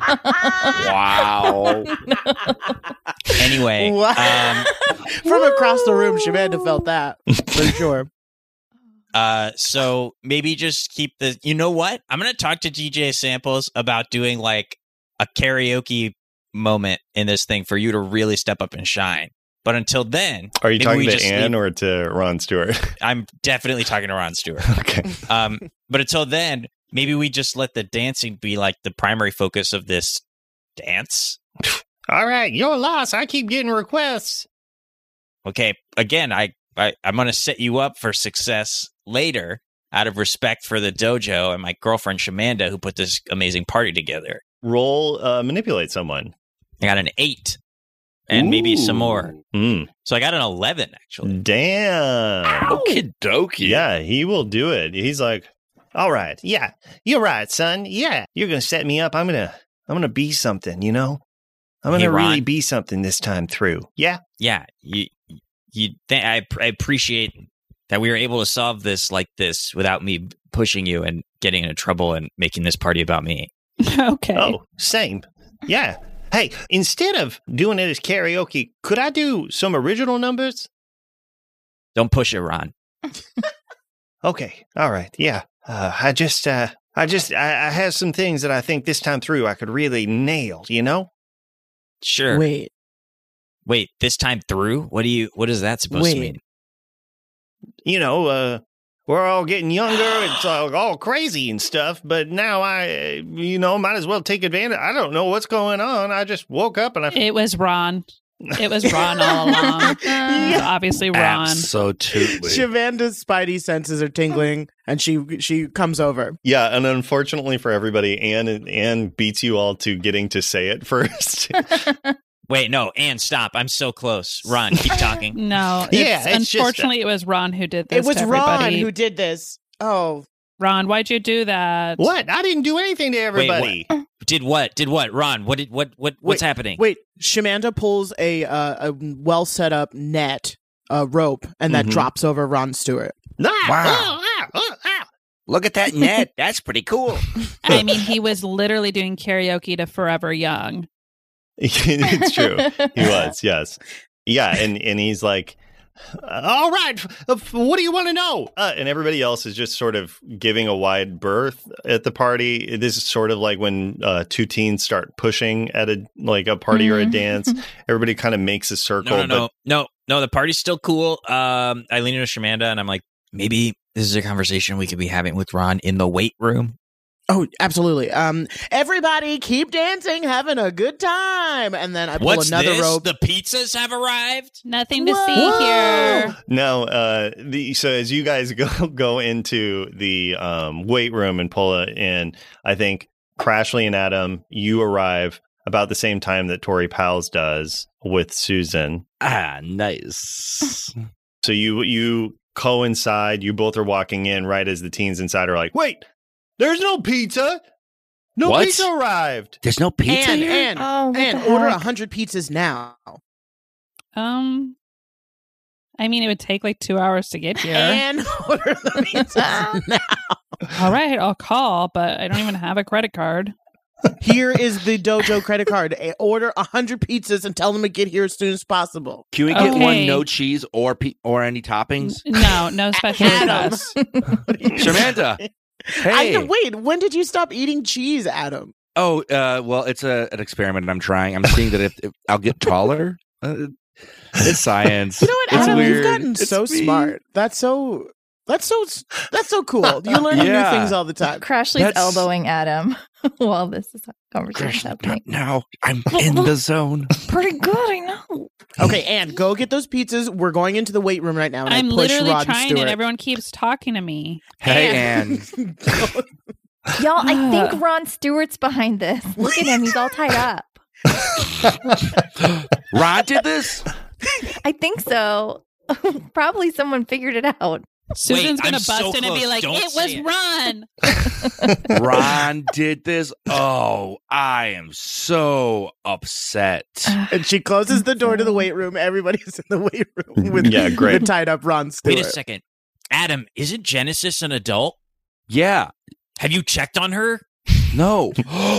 [SPEAKER 3] wow.
[SPEAKER 6] anyway,
[SPEAKER 2] Wow.
[SPEAKER 6] um,
[SPEAKER 2] From across the room, Shamanda felt that for sure.
[SPEAKER 6] uh, so maybe just keep the. You know what? I'm gonna talk to DJ Samples about doing like a karaoke moment in this thing for you to really step up and shine. But until then,
[SPEAKER 1] Are you
[SPEAKER 6] Maybe
[SPEAKER 1] talking
[SPEAKER 6] we
[SPEAKER 1] to
[SPEAKER 6] just
[SPEAKER 1] Anne
[SPEAKER 6] leave-
[SPEAKER 1] or to Ron Stewart?
[SPEAKER 6] I'm definitely talking to Ron Stewart.
[SPEAKER 1] okay.
[SPEAKER 6] Um, but until then, maybe we just let the dancing be like the primary focus of this dance.
[SPEAKER 1] All right, your loss. I keep getting requests.
[SPEAKER 6] Okay. Again, I, I I'm gonna set you up for success later. out of respect for the dojo and my girlfriend Shamanda, who put this amazing party together.
[SPEAKER 1] Roll uh, manipulate someone.
[SPEAKER 6] I got an eight and maybe some more.
[SPEAKER 1] Mm.
[SPEAKER 6] So I got an 11, actually.
[SPEAKER 1] Damn.
[SPEAKER 3] Okie dokie.
[SPEAKER 1] Yeah, he will do it. He's like, all right, yeah, you're right, son. Yeah, you're gonna set me up. I'm gonna, I'm gonna be something. You know, I'm gonna
[SPEAKER 6] Hey, Ron.
[SPEAKER 1] really be something this time through. Yeah,
[SPEAKER 6] Yeah. You, you, th- I, I appreciate that we were able to solve this like this without me pushing you and getting into trouble and making this party about me.
[SPEAKER 5] okay.
[SPEAKER 1] Oh, same. Yeah. Hey, instead of doing it as karaoke, could I do some original numbers?
[SPEAKER 6] Don't push it, Ron.
[SPEAKER 1] Okay. All right. Yeah. Uh, I just, uh, I just, I, I have some things that I think this time through I could really nail. You know?
[SPEAKER 6] Sure. Wait,
[SPEAKER 2] Wait,
[SPEAKER 6] this time through? What do you, what is that supposed to
[SPEAKER 2] Wait.
[SPEAKER 6] mean?
[SPEAKER 1] You know. Uh, we're all getting younger. It's like all crazy and stuff. But now I, uh, you know, might as well take advantage. I don't know what's going on. I just woke up and I.
[SPEAKER 7] It was Ron. It was Ron all along. It was Obviously, Ron.
[SPEAKER 3] Absolutely.
[SPEAKER 2] Shavanda's spidey senses are tingling, and she she comes over.
[SPEAKER 1] Yeah, and unfortunately for everybody, Anne Anne beats you all to getting to say it first.
[SPEAKER 6] Wait, no, and stop. I'm so close. Ron, keep talking.
[SPEAKER 7] No, it's,
[SPEAKER 1] Yeah, it's just-
[SPEAKER 7] unfortunately, it was Ron who did this.
[SPEAKER 2] it was
[SPEAKER 7] to
[SPEAKER 2] Ron
[SPEAKER 7] everybody.
[SPEAKER 2] who did this. Oh,
[SPEAKER 7] Ron, why'd you do that?
[SPEAKER 1] what? I didn't do anything to
[SPEAKER 6] what?
[SPEAKER 1] everybody.
[SPEAKER 6] did what? Did what? Ron, what did, what, what, what's
[SPEAKER 2] Wait,
[SPEAKER 6] happening?
[SPEAKER 2] wait. Shamanda pulls a uh, a well set up net, uh, rope, and that
[SPEAKER 3] Mm-hmm.
[SPEAKER 1] Mhm.
[SPEAKER 2] drops over Ron Stewart.
[SPEAKER 1] Ah,
[SPEAKER 3] Wow.
[SPEAKER 1] ah, ah, ah.
[SPEAKER 3] Look at that net. That's pretty cool.
[SPEAKER 7] I mean, he was literally doing karaoke to Forever Young.
[SPEAKER 1] it's true. He was, yes. Yeah, and, and he's like, all right, f- what do you want to know? Uh, and everybody else is just sort of giving a wide berth at the party. This is sort of like when uh, two teens start pushing at a like a party or a
[SPEAKER 4] Mhm.
[SPEAKER 1] dance. Everybody kind of makes a circle.
[SPEAKER 6] No, no, no, no, no. The party's still cool. Um, I lean into Shamanda and I'm like, maybe this is a conversation we could be having with Ron in the weight room.
[SPEAKER 2] Oh, absolutely. Um, everybody keep dancing, having a good time, and then I pull
[SPEAKER 6] What's
[SPEAKER 2] another
[SPEAKER 6] this?
[SPEAKER 2] rope.
[SPEAKER 6] The pizzas have arrived.
[SPEAKER 5] Nothing to
[SPEAKER 2] Whoa.
[SPEAKER 5] see here.
[SPEAKER 1] No, uh, the, so as you guys go go into the um, weight room and pull it in, I think Crashly and Adam, you arrive about the same time that Tori Pals does with Susan.
[SPEAKER 3] Ah, nice.
[SPEAKER 1] So you you coincide. You both are walking in right as the teens inside are like, "Wait, there's no pizza. No
[SPEAKER 3] What?
[SPEAKER 1] pizza arrived."
[SPEAKER 3] There's no pizza
[SPEAKER 2] and
[SPEAKER 3] here?
[SPEAKER 2] and,
[SPEAKER 4] Oh, what
[SPEAKER 2] and
[SPEAKER 4] the
[SPEAKER 2] order a
[SPEAKER 4] heck?
[SPEAKER 2] hundred pizzas now.
[SPEAKER 7] Um, I mean, it would take like two hours to get here.
[SPEAKER 2] And order the pizzas now.
[SPEAKER 7] All right, I'll call, but I don't even have a credit card.
[SPEAKER 2] Here is the dojo credit card. Eh, Order a hundred pizzas and tell them to get here as soon as possible.
[SPEAKER 3] Can we get one
[SPEAKER 7] Okay.
[SPEAKER 3] no cheese or pe- or any
[SPEAKER 7] N-
[SPEAKER 3] toppings?
[SPEAKER 7] No, no special
[SPEAKER 2] Adam.
[SPEAKER 7] request.
[SPEAKER 3] Shamanda.
[SPEAKER 2] I
[SPEAKER 3] Hey.
[SPEAKER 2] know, wait, when did you stop eating cheese, Adam?
[SPEAKER 3] oh, uh, well, it's a, an experiment I'm trying. I'm seeing that if, if I'll get taller. Uh, it's science.
[SPEAKER 2] You know what,
[SPEAKER 3] It's
[SPEAKER 2] Adam? You've
[SPEAKER 3] weird.
[SPEAKER 2] gotten
[SPEAKER 3] It's
[SPEAKER 2] so
[SPEAKER 3] me.
[SPEAKER 2] smart. That's so. That's so. That's so cool. You learn
[SPEAKER 3] Yeah.
[SPEAKER 2] new things all the time.
[SPEAKER 4] Crashly's
[SPEAKER 3] That's-
[SPEAKER 4] elbowing Adam while this is
[SPEAKER 3] Gosh,
[SPEAKER 4] conversation
[SPEAKER 3] not
[SPEAKER 4] happening.
[SPEAKER 3] now I'm in the zone.
[SPEAKER 4] Pretty good, I know.
[SPEAKER 2] Okay, and go get those pizzas. We're going into the weight room right now. And I
[SPEAKER 7] I'm
[SPEAKER 2] push
[SPEAKER 7] literally
[SPEAKER 2] Rod
[SPEAKER 7] trying,
[SPEAKER 2] Stewart.
[SPEAKER 7] and everyone keeps talking to me.
[SPEAKER 3] Hey, Anne.
[SPEAKER 4] Y'all, I think Ron Stewart's behind this. Look at him; he's all tied up.
[SPEAKER 3] Rod did this?
[SPEAKER 4] I think so. Probably someone figured it out.
[SPEAKER 7] Susan's gonna
[SPEAKER 6] I'm
[SPEAKER 7] bust
[SPEAKER 6] so
[SPEAKER 7] in and be
[SPEAKER 6] close.
[SPEAKER 7] like,
[SPEAKER 6] Don't
[SPEAKER 7] "It
[SPEAKER 6] say
[SPEAKER 7] was
[SPEAKER 6] it."
[SPEAKER 7] Ron."
[SPEAKER 3] Ron did this? Oh, I am so upset.
[SPEAKER 2] and she closes the door to the weight room. Everybody's in the weight
[SPEAKER 3] Mm,
[SPEAKER 2] room with
[SPEAKER 1] Yeah, great.
[SPEAKER 2] the tied up Ron Stewart.
[SPEAKER 6] Wait a second, Adam. Isn't Genesis an adult?
[SPEAKER 3] Yeah.
[SPEAKER 6] Have you checked on her?
[SPEAKER 3] No.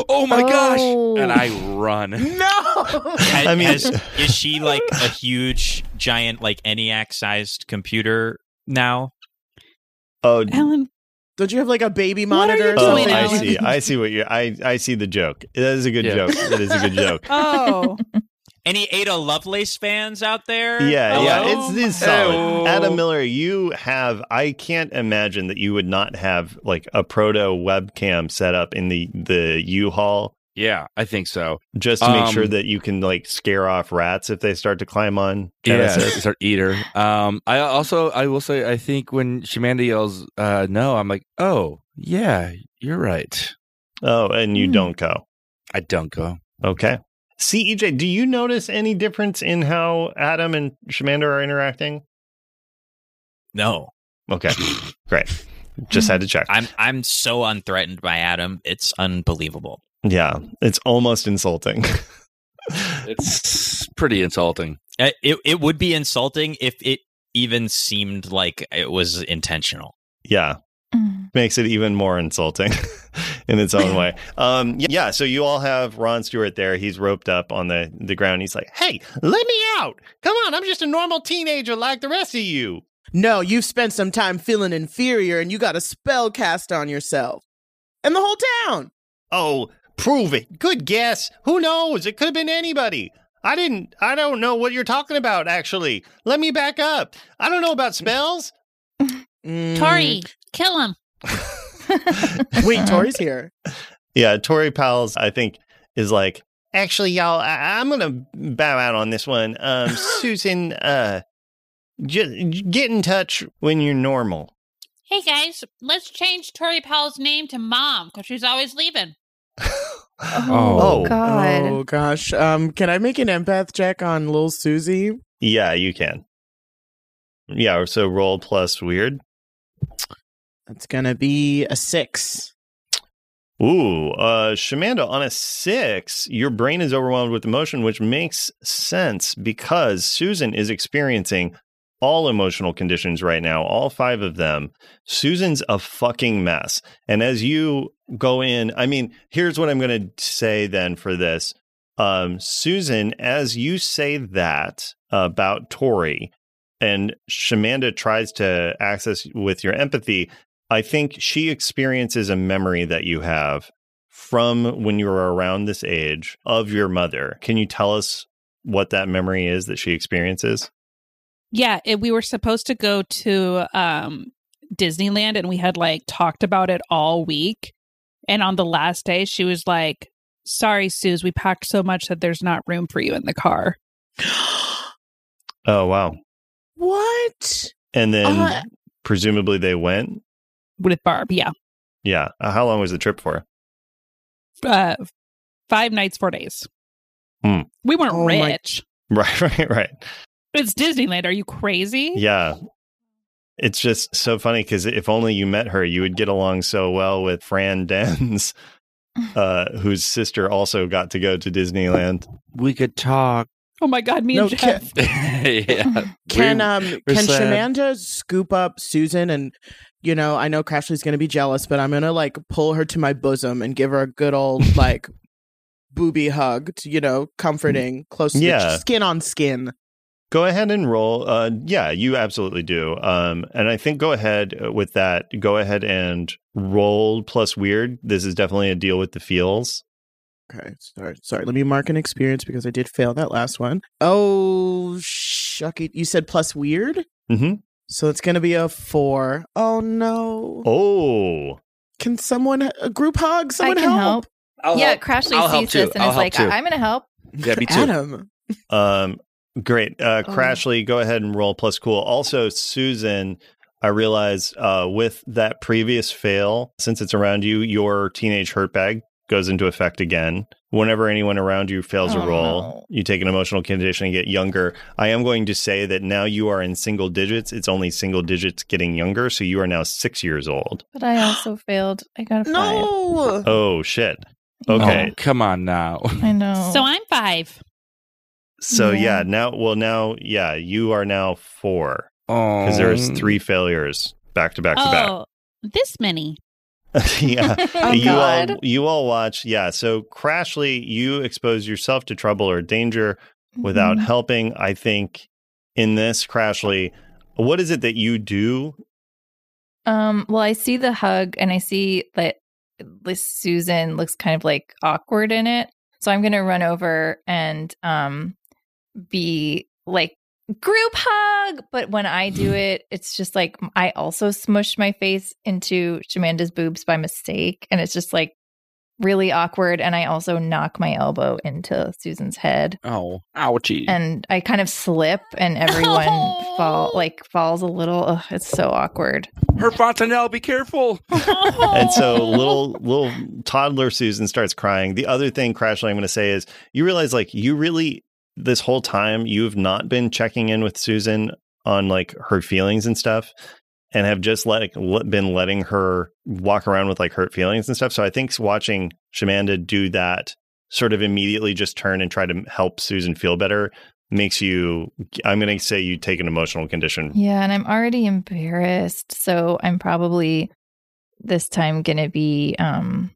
[SPEAKER 3] Oh my
[SPEAKER 4] Oh.
[SPEAKER 3] gosh. And I run.
[SPEAKER 2] No.
[SPEAKER 6] Ha-
[SPEAKER 1] I mean-
[SPEAKER 6] has- is she like a huge, giant, like ENIAC-sized computer now?
[SPEAKER 1] Oh,
[SPEAKER 7] Ellen,
[SPEAKER 2] Don't you have like a baby
[SPEAKER 7] What are you
[SPEAKER 2] monitor? or
[SPEAKER 1] oh,
[SPEAKER 7] doing,
[SPEAKER 1] I
[SPEAKER 7] Alan?
[SPEAKER 2] something?
[SPEAKER 1] see. I see what you. I I see the joke. That is a good
[SPEAKER 3] Yeah.
[SPEAKER 1] joke. That is a good joke.
[SPEAKER 7] oh,
[SPEAKER 6] Any Ada Lovelace fans out there?
[SPEAKER 1] Yeah,
[SPEAKER 7] Hello?
[SPEAKER 1] yeah, it's, it's solid.
[SPEAKER 3] Hello.
[SPEAKER 1] Adam Miller, you have. I can't imagine that you would not have like a proto webcam set up in the the U-Haul
[SPEAKER 3] Yeah, I think so.
[SPEAKER 1] just to make
[SPEAKER 3] Um,
[SPEAKER 1] sure that you can like scare off rats if they start to climb on
[SPEAKER 3] Yeah,
[SPEAKER 1] Genesis.
[SPEAKER 3] start eater. Um, I also I will say I think when Shemanda yells uh, no, I'm like, oh yeah, you're right.
[SPEAKER 1] Oh, and you
[SPEAKER 5] Hmm.
[SPEAKER 1] don't go.
[SPEAKER 3] I don't go.
[SPEAKER 1] Okay. CEJ, do you notice any difference in how Adam and Shemander are interacting?
[SPEAKER 6] No,
[SPEAKER 1] Okay. Great. Just had to check.
[SPEAKER 6] I'm I'm so unthreatened by Adam. It's unbelievable.
[SPEAKER 1] yeah. It's almost insulting.
[SPEAKER 3] It's pretty insulting.
[SPEAKER 6] Uh, It it would be insulting if it even seemed like it was intentional.
[SPEAKER 1] yeah.
[SPEAKER 4] Mm.
[SPEAKER 1] makes it even more insulting in its own way. Um, y- yeah, so you all have Ron Stewart there. He's roped up on the, the ground. He's like, hey, let me out. Come on, I'm just a normal teenager like the rest of you.
[SPEAKER 2] No, you've spent some time feeling inferior and you got a spell cast on yourself. And the whole town.
[SPEAKER 1] Oh, prove it. Good guess. Who knows? It could have been anybody. I didn't, I don't know what you're talking about, actually. Let me back up. I don't know about spells.
[SPEAKER 2] Mm.
[SPEAKER 5] Tori, kill him.
[SPEAKER 2] Wait, Tori's here.
[SPEAKER 1] Yeah, Tori Powell's, I think, is like, actually, y'all, I- I'm going to bow out on this one. Um, Susan, uh, ju- j- get in touch when you're normal.
[SPEAKER 5] Hey guys, let's change Tori Powell's name to Mom because she's always leaving.
[SPEAKER 1] Oh.
[SPEAKER 4] Oh, God.
[SPEAKER 2] Oh gosh. Um, can I make an empath check on Lil Susie?
[SPEAKER 1] Yeah, you can. Yeah, so roll plus weird.
[SPEAKER 2] That's gonna be a six.
[SPEAKER 1] Ooh, uh, Shamanda, on a six, your brain is overwhelmed with emotion, which makes sense because Susan is experiencing all emotional conditions right now, all five of them. Susan's a fucking mess. And as you go in, I mean, here's what I'm going to say then for this. Um, Susan, as you say that about Tori and Shamanda tries to access with your empathy, I think she experiences a memory that you have from when you were around this age of your mother. Can you tell us what that memory is that she experiences?
[SPEAKER 7] Yeah, it, we were supposed to go to um, Disneyland and we had like talked about it all week. And on the last day, she was like, Sorry, Suze, we packed so much that there's not room for you in the car.
[SPEAKER 1] Oh, wow.
[SPEAKER 2] What?
[SPEAKER 1] And then
[SPEAKER 2] Uh,
[SPEAKER 1] presumably they went.
[SPEAKER 7] With Barb, yeah.
[SPEAKER 1] Yeah. Uh, How long was the trip for?
[SPEAKER 7] Uh, five nights, four days.
[SPEAKER 1] Hmm.
[SPEAKER 7] We weren't
[SPEAKER 2] Oh my-
[SPEAKER 7] rich.
[SPEAKER 1] Right, right, right.
[SPEAKER 7] It's Disneyland. Are you crazy?
[SPEAKER 1] Yeah. It's just so funny because if only you met her, you would get along so well with Fran Dens, uh, whose sister also got to go to Disneyland.
[SPEAKER 3] We could talk.
[SPEAKER 7] Oh my God, me
[SPEAKER 2] No,
[SPEAKER 7] and Jeff.
[SPEAKER 3] yeah.
[SPEAKER 2] Can
[SPEAKER 3] We-
[SPEAKER 2] um
[SPEAKER 3] we're
[SPEAKER 2] can
[SPEAKER 3] sad.
[SPEAKER 2] Shamanda scoop up Susan and you know, I know Crashly's gonna be jealous, but I'm gonna like pull her to my bosom and give her a good old like booby hug, to, you know, comforting, close to the-
[SPEAKER 1] Yeah.
[SPEAKER 2] skin on skin.
[SPEAKER 1] go ahead and roll uh yeah you absolutely do um and i think go ahead uh, with that go ahead and roll plus weird this is definitely a deal with the feels
[SPEAKER 2] Okay, sorry, sorry. Let me mark an experience because I did fail that last one. Oh shuck it. You said plus weird?
[SPEAKER 1] mm-hmm.
[SPEAKER 2] So it's gonna be a four. Oh no.
[SPEAKER 1] oh
[SPEAKER 2] Can someone a group hug? Someone
[SPEAKER 4] I can
[SPEAKER 2] help.
[SPEAKER 4] help.
[SPEAKER 3] I'll
[SPEAKER 4] yeah,
[SPEAKER 3] help.
[SPEAKER 4] Crashly
[SPEAKER 3] I'll help
[SPEAKER 4] sees this
[SPEAKER 3] too.
[SPEAKER 4] and
[SPEAKER 3] I'll
[SPEAKER 4] is
[SPEAKER 3] help
[SPEAKER 4] like,
[SPEAKER 3] too.
[SPEAKER 4] I- am going to help.
[SPEAKER 3] Yeah, me too.
[SPEAKER 2] Adam.
[SPEAKER 1] um great uh
[SPEAKER 4] Oh.
[SPEAKER 1] crashly go ahead and roll plus cool also susan i realize uh with that previous fail since it's around you your teenage hurtbag goes into effect again whenever anyone around you fails a
[SPEAKER 4] Oh,
[SPEAKER 1] roll
[SPEAKER 4] no.
[SPEAKER 1] you take an emotional condition and get younger i am going to say that now you are in single digits it's only single digits getting younger so you are now six years old
[SPEAKER 4] But I also failed. I got a five.
[SPEAKER 2] No.
[SPEAKER 1] oh shit okay
[SPEAKER 3] Oh, come on now.
[SPEAKER 4] I
[SPEAKER 2] Oh.
[SPEAKER 4] know.
[SPEAKER 5] So I'm five.
[SPEAKER 1] so
[SPEAKER 4] Yeah.
[SPEAKER 1] yeah now well now yeah you are now four
[SPEAKER 3] Oh,
[SPEAKER 1] because there was three failures back to back to back
[SPEAKER 5] Oh, this many.
[SPEAKER 1] yeah.
[SPEAKER 4] oh,
[SPEAKER 1] you um,
[SPEAKER 4] God.
[SPEAKER 1] all you all watch. Yeah. So Crashly, you expose yourself to trouble or danger without
[SPEAKER 4] Mhm.
[SPEAKER 1] helping. I think in this Crashly, what is it that you do?
[SPEAKER 4] Um, well, I see the hug and I see that this Susan looks kind of like awkward in it. So I'm gonna run over and um be like group hug. But when I do it, it's just like I also smush my face into Shamanda's boobs by mistake, and it's just like really awkward. And I also knock my elbow into Susan's head.
[SPEAKER 3] Oh, ouchie.
[SPEAKER 4] and I kind of slip, and everyone
[SPEAKER 5] Oh.
[SPEAKER 4] fall like falls a little. Ugh, it's so awkward.
[SPEAKER 3] Her Fontanelle, be careful.
[SPEAKER 1] And so little little toddler Susan starts crying. The other thing, Crashly, I'm going to say is you realize like you really this whole time you have not been checking in with Susan on like her feelings and stuff, and have just like le- been letting her walk around with like hurt feelings and stuff. So I think watching Shamanda do that, sort of immediately just turn and try to help Susan feel better, makes you. I'm going to say you take an emotional condition
[SPEAKER 4] Yeah, and I'm already embarrassed, so I'm probably this time gonna be um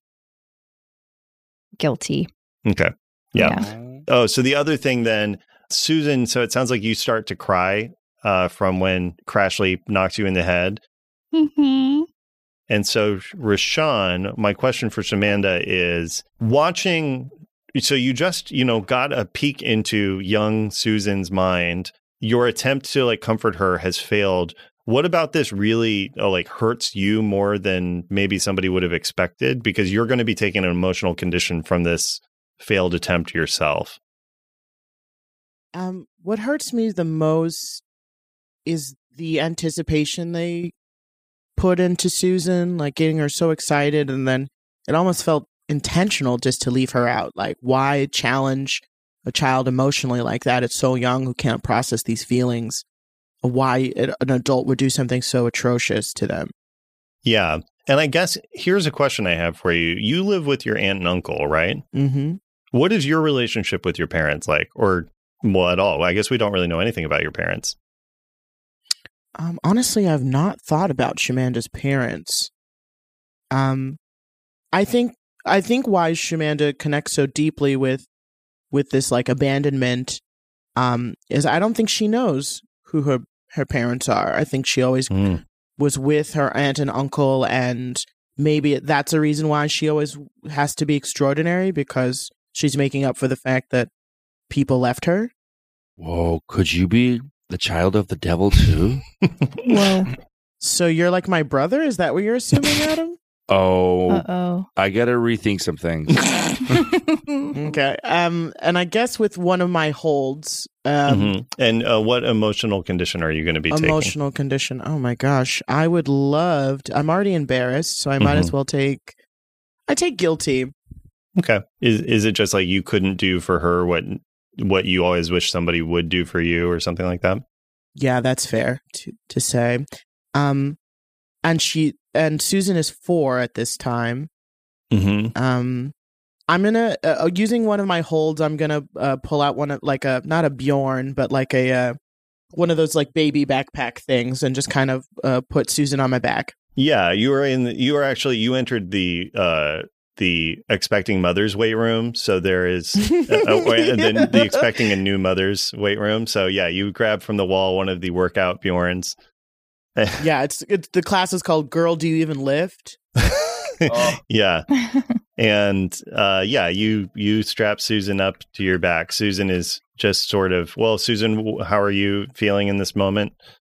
[SPEAKER 4] guilty.
[SPEAKER 1] Okay. Yeah.
[SPEAKER 4] Yeah.
[SPEAKER 1] Oh, so the other thing then, Susan, so it sounds like you start to cry uh, from when Crashly knocks you in the head.
[SPEAKER 5] Mm-hmm.
[SPEAKER 1] And so, Rashawn, my question for Shamanda is watching. So, you just, you know, got a peek into young Susan's mind. Your attempt to like comfort her has failed. What about this really uh, like hurts you more than maybe somebody would have expected? Because you're going to be taking an emotional condition from this failed attempt yourself.
[SPEAKER 2] Um, what hurts me the most is the anticipation they put into Susan, like getting her so excited, and then it almost felt intentional just to leave her out. Like, why challenge a child emotionally like that? It's so young who can't process these feelings. Why a- an adult would do something so atrocious to them?
[SPEAKER 1] Yeah. And I guess here's a question I have for you. You live with your aunt and uncle, right?
[SPEAKER 2] Mm-hmm.
[SPEAKER 1] What is your relationship with your parents like? Or, well, at all? I guess we don't really know anything about your parents.
[SPEAKER 2] Um, honestly, I've not thought about Shamanda's parents. Um, I think I think why Shamanda connects so deeply with with this like abandonment um, is I don't think she knows who her her parents are. I think she always
[SPEAKER 1] Mm.
[SPEAKER 2] was with her aunt and uncle, and maybe that's a reason why she always has to be extraordinary because she's making up for the fact that people left her.
[SPEAKER 3] Whoa, could you be the child of the devil too?
[SPEAKER 4] Whoa.
[SPEAKER 2] So you're like my brother? Is that what you're assuming, Adam?
[SPEAKER 3] Oh,
[SPEAKER 4] Uh oh.
[SPEAKER 3] I got to rethink some things.
[SPEAKER 2] Okay. Um, and I guess with one of my holds, um,
[SPEAKER 1] Mhm. And uh, what emotional condition are you going to be taking?
[SPEAKER 2] emotional condition. Oh my gosh, I would love. To, I'm already embarrassed, so I might as well take. I take guilty.
[SPEAKER 1] Okay. Is is it just like you couldn't do for her what what you always wish somebody would do for you or something like that?
[SPEAKER 2] Yeah, that's fair to to say. Um, and she and Susan is four at this time.
[SPEAKER 1] Mm-hmm.
[SPEAKER 2] Um, I'm gonna uh, using one of my holds. I'm gonna uh, pull out one of like a not a Bjorn, but like a uh, one of those like baby backpack things, and just kind of uh, put Susan on my back.
[SPEAKER 1] Yeah, you were in. The, you were actually you entered the uh the expecting mother's weight room. So there is uh, oh, wait, and then the expecting a new mother's weight room. So yeah, you grab from the wall one of the workout Bjorns.
[SPEAKER 2] yeah, it's, it's the class is called "Girl, Do You Even Lift?"
[SPEAKER 3] Oh.
[SPEAKER 1] yeah, and uh, yeah, you you strap Susan up to your back. Susan is just sort of well, Susan, w- how are you feeling in this moment?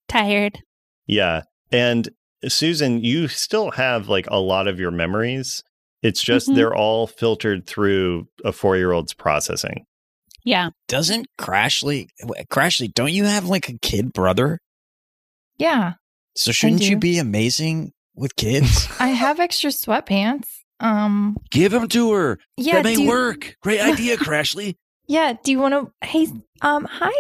[SPEAKER 5] Tired.
[SPEAKER 1] Yeah. And Susan, you still have like a lot of your memories. It's just
[SPEAKER 5] Mhm.
[SPEAKER 1] they're all filtered through a four year old's processing.
[SPEAKER 5] Yeah.
[SPEAKER 6] Doesn't Crashly, Crashly, don't you have like a kid brother?
[SPEAKER 4] yeah,
[SPEAKER 6] So shouldn't you
[SPEAKER 4] do.
[SPEAKER 6] be amazing with kids?
[SPEAKER 4] I have extra sweatpants. Um,
[SPEAKER 3] Give them to her.
[SPEAKER 4] yeah,
[SPEAKER 3] that may
[SPEAKER 4] do-
[SPEAKER 3] work. Great idea, Crashly.
[SPEAKER 4] Yeah, do you want to? Hey, um, hi,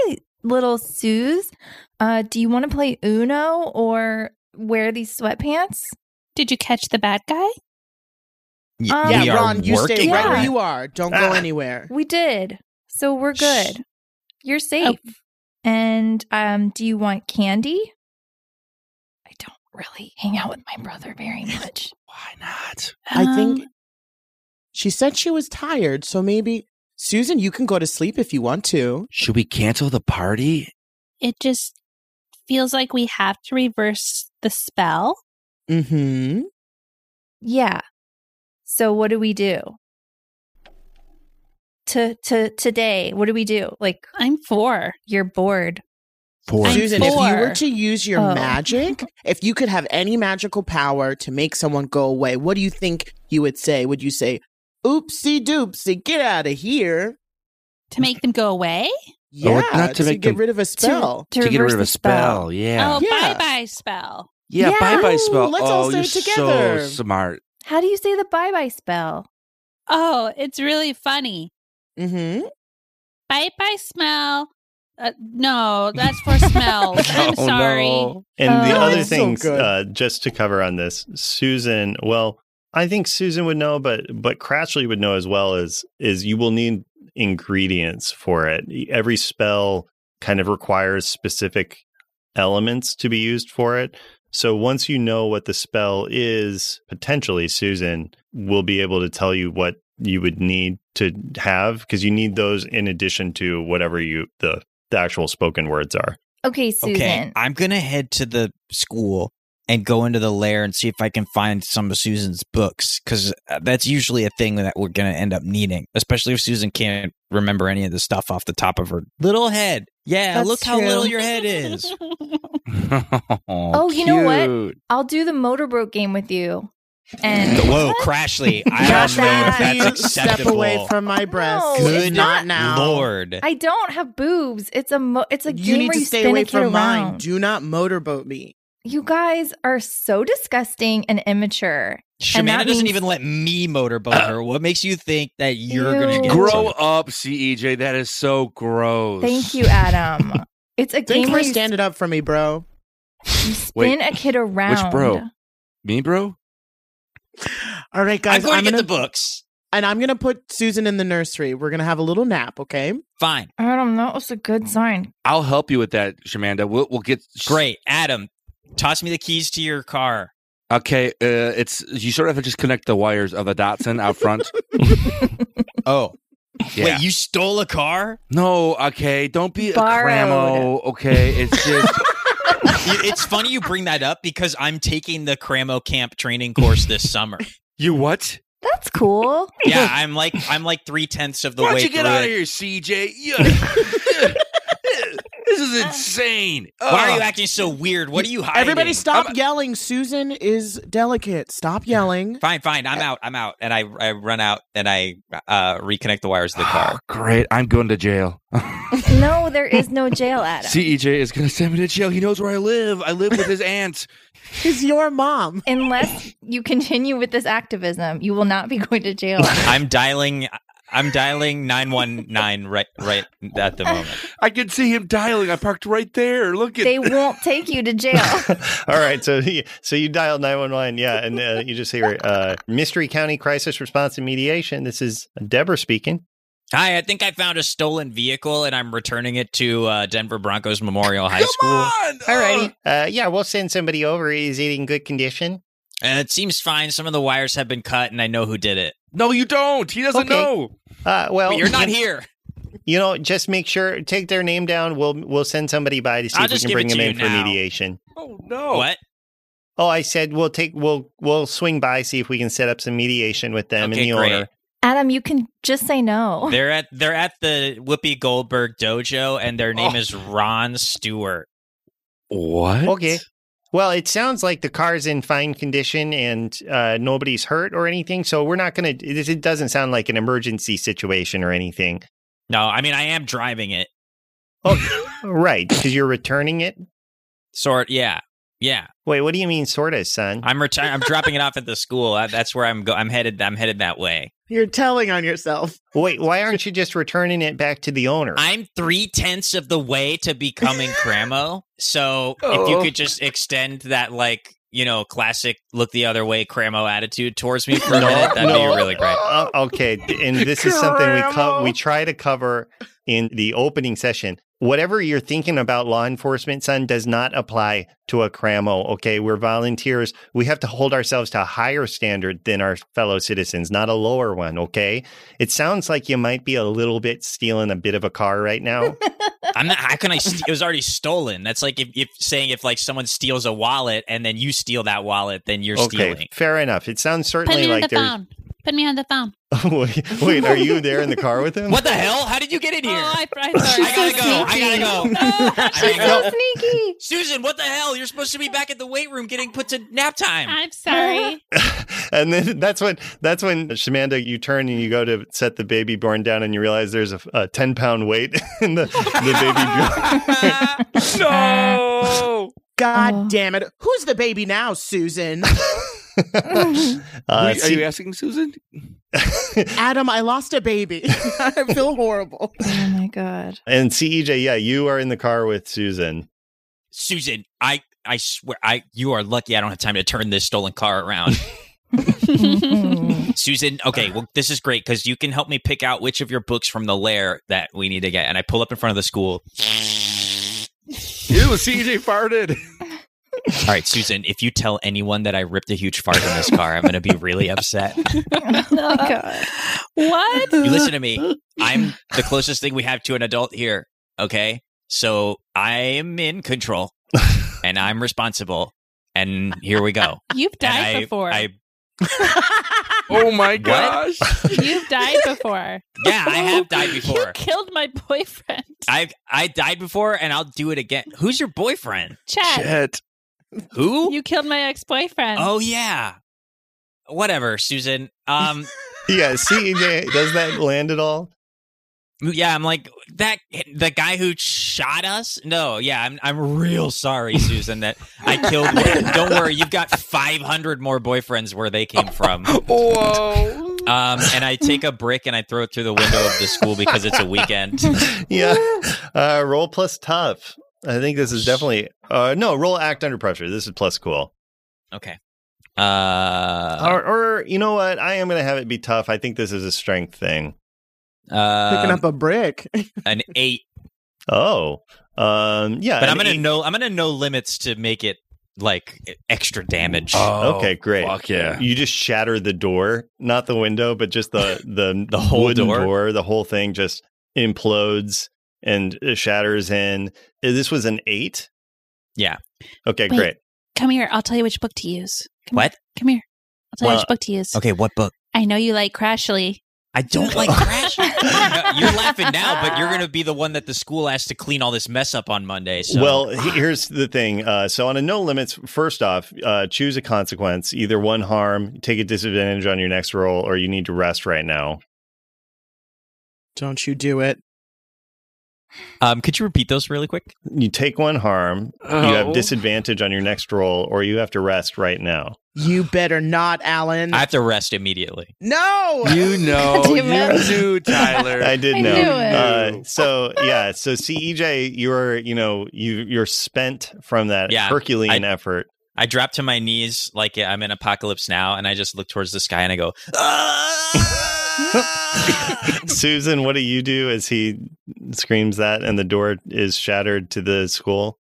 [SPEAKER 4] little Suze. Uh, do you want to play Uno or wear these sweatpants?
[SPEAKER 5] Did you catch the bad guy?
[SPEAKER 6] Y-
[SPEAKER 4] Um,
[SPEAKER 6] we
[SPEAKER 4] Yeah,
[SPEAKER 6] are
[SPEAKER 2] Ron, you stay
[SPEAKER 6] working
[SPEAKER 4] Yeah.
[SPEAKER 2] right
[SPEAKER 6] on
[SPEAKER 2] where
[SPEAKER 6] it.
[SPEAKER 2] you are. Don't
[SPEAKER 1] Ah.
[SPEAKER 2] go anywhere.
[SPEAKER 4] We did. So we're good. You're safe. Oh. And um, do you want candy? I don't really hang out with my brother very much.
[SPEAKER 3] Why not?
[SPEAKER 2] I think
[SPEAKER 5] Um,
[SPEAKER 2] she said she was tired, so maybe Susan, you can go to sleep if you want to.
[SPEAKER 3] Should we cancel the party?
[SPEAKER 5] it just feels like we have to reverse the spell.
[SPEAKER 2] Mm-hmm.
[SPEAKER 4] yeah. So what do we do? To to today, what do we do? Like
[SPEAKER 5] I'm four.
[SPEAKER 4] you're bored.
[SPEAKER 3] For
[SPEAKER 5] I'm
[SPEAKER 2] Susan, if you were
[SPEAKER 5] four.
[SPEAKER 2] to use your
[SPEAKER 4] Oh.
[SPEAKER 2] magic, if you could have any magical power to make someone go away, what do you think you would say? Would you say, Oopsie doopsie, get out of here.
[SPEAKER 5] to make them go away.
[SPEAKER 2] Yeah,
[SPEAKER 3] it's Oh, not to
[SPEAKER 2] to,
[SPEAKER 3] make
[SPEAKER 2] get
[SPEAKER 3] them-
[SPEAKER 2] rid of a spell.
[SPEAKER 3] to get
[SPEAKER 4] reverse
[SPEAKER 3] rid of
[SPEAKER 4] the
[SPEAKER 3] a spell. Yeah.
[SPEAKER 5] Oh,
[SPEAKER 2] Yeah.
[SPEAKER 5] bye bye spell.
[SPEAKER 3] yeah,
[SPEAKER 4] yeah.
[SPEAKER 3] bye bye
[SPEAKER 2] Ooh,
[SPEAKER 3] spell.
[SPEAKER 2] let's
[SPEAKER 3] oh,
[SPEAKER 2] all say
[SPEAKER 3] you're
[SPEAKER 2] it together.
[SPEAKER 3] so smart.
[SPEAKER 4] How do you say the bye bye spell?
[SPEAKER 5] Oh, it's really funny.
[SPEAKER 2] Mm-hmm.
[SPEAKER 5] Bye bye smell. Uh, no, that's for smells. I'm
[SPEAKER 3] Oh,
[SPEAKER 5] sorry.
[SPEAKER 3] no.
[SPEAKER 1] And the
[SPEAKER 4] Oh.
[SPEAKER 1] other
[SPEAKER 2] So
[SPEAKER 1] things,
[SPEAKER 2] good.
[SPEAKER 1] uh, just to cover on this, Susan. Well, I think Susan would know, but but Cratchley would know as well. Is is you will need ingredients for it. E, Every spell kind of requires specific elements to be used for it. So once you know what the spell is, potentially Susan will be able to tell you what you would need to have because you need those in addition to whatever you the, the actual spoken words are.
[SPEAKER 4] Okay, Susan.
[SPEAKER 6] Okay, I'm gonna head to the school and go into the lair and see if I can find some of Susan's books because that's usually a thing that we're gonna end up needing, especially if Susan can't remember any of the stuff off the top of her little head. Yeah,
[SPEAKER 4] That's
[SPEAKER 6] look how
[SPEAKER 4] true.
[SPEAKER 6] little your head is.
[SPEAKER 3] oh,
[SPEAKER 4] you know what?
[SPEAKER 3] cute.
[SPEAKER 4] I'll do the motorboat game with you. And
[SPEAKER 6] Whoa, Crashly! I
[SPEAKER 4] Got
[SPEAKER 6] don't know
[SPEAKER 4] that.
[SPEAKER 6] if that's
[SPEAKER 2] Please step
[SPEAKER 6] acceptable.
[SPEAKER 2] away from my breast.
[SPEAKER 4] No,
[SPEAKER 2] It's
[SPEAKER 6] Good
[SPEAKER 2] not now.
[SPEAKER 6] Lord,
[SPEAKER 4] I don't have boobs. It's a mo- it's
[SPEAKER 2] you
[SPEAKER 4] a game
[SPEAKER 2] need
[SPEAKER 4] where
[SPEAKER 2] to
[SPEAKER 4] you
[SPEAKER 2] stay
[SPEAKER 4] spin
[SPEAKER 2] away
[SPEAKER 4] a kid
[SPEAKER 2] from mine.
[SPEAKER 4] around.
[SPEAKER 2] Do not motorboat me.
[SPEAKER 4] you guys are so disgusting and immature.
[SPEAKER 6] Shemana
[SPEAKER 4] that
[SPEAKER 6] doesn't
[SPEAKER 4] means-
[SPEAKER 6] even let me motorboat her. What makes you think that you're gonna
[SPEAKER 4] Ew.
[SPEAKER 6] get
[SPEAKER 3] Grow
[SPEAKER 6] some-
[SPEAKER 3] up, CEJ. That is so gross.
[SPEAKER 4] Thank you, Adam. it's a
[SPEAKER 2] Thanks
[SPEAKER 4] game
[SPEAKER 2] for
[SPEAKER 4] where you,
[SPEAKER 2] standing up for me, bro.
[SPEAKER 4] you spin
[SPEAKER 3] Wait,
[SPEAKER 4] a kid around.
[SPEAKER 3] bro? Me, bro?
[SPEAKER 2] All right,
[SPEAKER 6] I'm
[SPEAKER 2] guys.
[SPEAKER 6] going
[SPEAKER 2] I'm
[SPEAKER 6] to get
[SPEAKER 2] gonna,
[SPEAKER 6] the books.
[SPEAKER 2] and I'm gonna put Susan in the nursery. We're gonna have a little nap, okay?
[SPEAKER 6] Fine,
[SPEAKER 4] Adam, that was a good sign.
[SPEAKER 3] I'll help you with that, Shamanda. We'll, we'll get.
[SPEAKER 6] great, Adam. Toss me the keys to your car.
[SPEAKER 3] Okay, uh, it's you sort of have to just connect the wires of the Datsun out front.
[SPEAKER 6] Oh,
[SPEAKER 3] Yeah.
[SPEAKER 6] Wait, you stole a car?
[SPEAKER 3] No, okay, don't be
[SPEAKER 4] Borrowed.
[SPEAKER 3] a cramo. Okay, it's just
[SPEAKER 6] You- it's funny you bring that up because I'm taking the Cramo Camp training course this summer.
[SPEAKER 3] you what?
[SPEAKER 4] That's cool.
[SPEAKER 6] Yeah, I'm like I'm like three tenths of the
[SPEAKER 3] Why
[SPEAKER 6] way
[SPEAKER 3] don't you get
[SPEAKER 6] through
[SPEAKER 3] out
[SPEAKER 6] it.
[SPEAKER 3] of here, CJ? Yeah. this is insane.
[SPEAKER 6] Why are
[SPEAKER 3] Ugh.
[SPEAKER 6] you acting so weird? What are you hiding?
[SPEAKER 2] Everybody, stop yelling. Susan is delicate. Stop yelling.
[SPEAKER 6] Fine, fine. I'm out. I'm out. And I I run out and I uh, reconnect the wires to the car.
[SPEAKER 3] Ah, Great, I'm going to jail.
[SPEAKER 4] No, there is no jail, Adam.
[SPEAKER 3] CEJ is going to send me to jail. He knows where I live. I live with his aunt.
[SPEAKER 2] Is your mom?
[SPEAKER 4] Unless you continue with this activism, you will not be going to jail.
[SPEAKER 6] I'm dialing. I'm dialing nine one nine right right at the moment.
[SPEAKER 3] I can see him dialing. I parked right there. Look at
[SPEAKER 4] they won't take you to jail.
[SPEAKER 1] All right, so he- so you dialed nine one one, yeah, and uh, you just hear uh, Mystery County Crisis Response and Mediation. This is Deborah speaking.
[SPEAKER 6] Hi, I think I found a stolen vehicle and I'm returning it to uh, Denver Broncos Memorial High
[SPEAKER 3] Come
[SPEAKER 6] School.
[SPEAKER 3] on. Ugh.
[SPEAKER 1] uh, yeah, we'll send somebody over. He's in good condition.
[SPEAKER 6] And it seems fine. Some of the wires have been cut and I know who did it.
[SPEAKER 3] No, you don't. He doesn't
[SPEAKER 1] Okay.
[SPEAKER 3] know.
[SPEAKER 1] Uh,
[SPEAKER 3] Oh,
[SPEAKER 1] well,
[SPEAKER 6] But you're not
[SPEAKER 1] you-
[SPEAKER 6] here.
[SPEAKER 1] You know, just make sure take their name down. We'll we'll send somebody by to see
[SPEAKER 6] I'll
[SPEAKER 1] if we
[SPEAKER 6] just
[SPEAKER 1] can
[SPEAKER 6] give it
[SPEAKER 1] bring
[SPEAKER 6] to
[SPEAKER 1] them
[SPEAKER 6] you
[SPEAKER 1] in for
[SPEAKER 6] now.
[SPEAKER 1] mediation.
[SPEAKER 3] Oh no.
[SPEAKER 6] What?
[SPEAKER 1] Oh, I said we'll take we'll we'll swing by see if we can set up some mediation with them
[SPEAKER 6] Okay,
[SPEAKER 1] and the
[SPEAKER 6] great.
[SPEAKER 1] owner.
[SPEAKER 4] Adam, you can just say
[SPEAKER 3] Oh.
[SPEAKER 4] no.
[SPEAKER 6] They're at they're at the Whoopi Goldberg dojo, and their name
[SPEAKER 3] Oh.
[SPEAKER 6] is Ron Stewart.
[SPEAKER 3] What?
[SPEAKER 1] Okay. Well, it sounds like the car's in fine condition and uh, nobody's hurt or anything. So we're not going to. It doesn't sound like an emergency situation or anything.
[SPEAKER 6] No, I mean I am driving it.
[SPEAKER 1] Right. Because you're returning it.
[SPEAKER 6] Sort, yeah, yeah.
[SPEAKER 1] Wait, what do you mean, sort of, son?
[SPEAKER 6] I'm reti- I'm dropping it off at the school. I, that's where I'm go. I'm headed. I'm headed that way.
[SPEAKER 2] You're telling on yourself.
[SPEAKER 1] Wait, why aren't you just returning it back to the owner?
[SPEAKER 6] I'm three tenths of the way to becoming Cramo. So if you
[SPEAKER 3] Oh.
[SPEAKER 6] could just extend that, like you know, classic look the other way Cramo attitude towards me for a minute, that'd
[SPEAKER 1] no.
[SPEAKER 6] be really great.
[SPEAKER 1] Uh, okay, and this is something we co-
[SPEAKER 3] Grandma.
[SPEAKER 1] we try to cover in the opening session. Whatever you're thinking about law enforcement, son, does not apply to a cramo. Okay, we're volunteers. We have to hold ourselves to a higher standard than our fellow citizens, not a lower one. Okay, it sounds like you might be a little bit stealing a bit of a car right now.
[SPEAKER 6] I'm not. How can I? St- it was already stolen. That's like if, if saying if like someone steals a wallet and then you steal that wallet, then you're
[SPEAKER 1] okay,
[SPEAKER 6] stealing.
[SPEAKER 1] fair enough. It sounds
[SPEAKER 5] Put
[SPEAKER 1] certainly
[SPEAKER 5] it in
[SPEAKER 1] like
[SPEAKER 5] the
[SPEAKER 1] there's
[SPEAKER 5] phone. Put me on the phone.
[SPEAKER 1] wait, wait, are you there in the car with him?
[SPEAKER 6] What the hell? How did you get in here?
[SPEAKER 5] Oh, I, I'm sorry.
[SPEAKER 6] I gotta go. I gotta go. I
[SPEAKER 4] She's
[SPEAKER 6] gotta go.
[SPEAKER 4] so sneaky.
[SPEAKER 6] Susan, what the hell? You're supposed to be back at the weight room getting put to nap time.
[SPEAKER 5] I'm sorry.
[SPEAKER 1] and then that's when that's when Shamanda, you turn and you go to set the baby born down, and you realize there's a, a ten pound weight in the the baby. Bjorn.
[SPEAKER 3] no.
[SPEAKER 2] God
[SPEAKER 4] Oh.
[SPEAKER 2] damn it. Who's the baby now, Susan?
[SPEAKER 1] uh,
[SPEAKER 3] Who- are
[SPEAKER 1] see-
[SPEAKER 3] you asking Susan?
[SPEAKER 2] Adam, I lost a baby. I feel horrible.
[SPEAKER 4] Oh my god.
[SPEAKER 1] and CEJ, yeah, you are in the car with Susan.
[SPEAKER 6] Susan, I I swear I you are lucky I don't have time to turn this stolen car around. Susan, okay, well this is great cuz you can help me pick out which of your books from the lair that we need to get. And I pull up in front of the school.
[SPEAKER 3] Ew, CJ farted.
[SPEAKER 6] All right, Susan, if you tell anyone that I ripped a huge fart in this car, I'm going to be really upset.
[SPEAKER 4] oh my god.
[SPEAKER 7] What?
[SPEAKER 6] You listen to me. I'm the closest thing we have to an adult here. Okay. So I'm in control and I'm responsible. And here we go.
[SPEAKER 5] You've
[SPEAKER 6] And
[SPEAKER 5] died
[SPEAKER 6] I-
[SPEAKER 5] before.
[SPEAKER 6] I,
[SPEAKER 3] Oh my gosh.
[SPEAKER 5] You've died before.
[SPEAKER 6] yeah, I have died before.
[SPEAKER 5] You killed my boyfriend.
[SPEAKER 6] I I died before and I'll do it again. Who's your boyfriend?
[SPEAKER 5] Chad,
[SPEAKER 3] Shit.
[SPEAKER 6] Who?
[SPEAKER 5] you killed my ex-boyfriend.
[SPEAKER 6] oh yeah. Whatever, Susan. Um
[SPEAKER 1] Yeah, CEJ, does that land at all?
[SPEAKER 6] yeah, I'm like that the guy who shot us? No, yeah, I'm I'm real sorry, Susan, that I killed Don't worry, you've got 500 more boyfriends where they came from.
[SPEAKER 3] Whoa.
[SPEAKER 6] Um, and I take a brick and I throw it through the window of the school because it's a weekend.
[SPEAKER 1] Yeah, uh, roll plus tough. I think this is definitely uh, no roll act under pressure. This is plus cool.
[SPEAKER 6] Okay. Uh,
[SPEAKER 1] or, or you know what? I am going to have it be tough. I think this is a strength thing.
[SPEAKER 2] Picking
[SPEAKER 6] uh
[SPEAKER 2] up a brick.
[SPEAKER 6] an eight,
[SPEAKER 1] Oh, um, yeah.
[SPEAKER 6] but
[SPEAKER 1] an
[SPEAKER 6] I'm gonna
[SPEAKER 1] eight-
[SPEAKER 6] know I'm gonna know limits to make it like extra damage.
[SPEAKER 1] Oh. okay, great.
[SPEAKER 3] Fuck yeah.
[SPEAKER 1] You just shatter the door, not the window, but just the the
[SPEAKER 6] The whole
[SPEAKER 1] wooden
[SPEAKER 6] door?
[SPEAKER 1] The whole thing just implodes and uh, shatters in. Uh, This was an eight.
[SPEAKER 6] Yeah.
[SPEAKER 1] Okay,
[SPEAKER 5] Wait.
[SPEAKER 1] great.
[SPEAKER 5] Come here. I'll tell you which book to use. Come
[SPEAKER 6] What?
[SPEAKER 5] Here. Come here. I'll tell you
[SPEAKER 1] Well,
[SPEAKER 5] which book to use.
[SPEAKER 6] Okay, what book?
[SPEAKER 5] I know you like Crashly.
[SPEAKER 6] I don't like trash. No, you're laughing now, but you're gonna be the one that the school has to clean all this mess up on Monday. So.
[SPEAKER 1] Well, he- here's the thing. Uh, so on a no limits, first off, uh, choose a consequence, either one harm, take a disadvantage on your next roll, or you need to rest right now.
[SPEAKER 2] Don't you do it.
[SPEAKER 6] um, could you repeat those really quick?
[SPEAKER 1] You take one harm, you
[SPEAKER 3] Oh.
[SPEAKER 1] have disadvantage on your next roll, or you have to rest right now.
[SPEAKER 2] You better not, Alan.
[SPEAKER 6] I have to rest immediately.
[SPEAKER 2] no.
[SPEAKER 3] You know,
[SPEAKER 4] Damn
[SPEAKER 3] you
[SPEAKER 4] it.
[SPEAKER 3] knew, Tyler.
[SPEAKER 1] I did
[SPEAKER 4] I
[SPEAKER 1] know.
[SPEAKER 4] knew it.
[SPEAKER 1] Uh, so yeah, so CEJ, you're you know you you're spent from that
[SPEAKER 6] Yeah,
[SPEAKER 1] Herculean effort.
[SPEAKER 6] I drop to my knees like I'm in Apocalypse Now, and I just look towards the sky and I go, "Ah!"
[SPEAKER 1] Susan, what do you do as he screams that and the door is shattered to the school?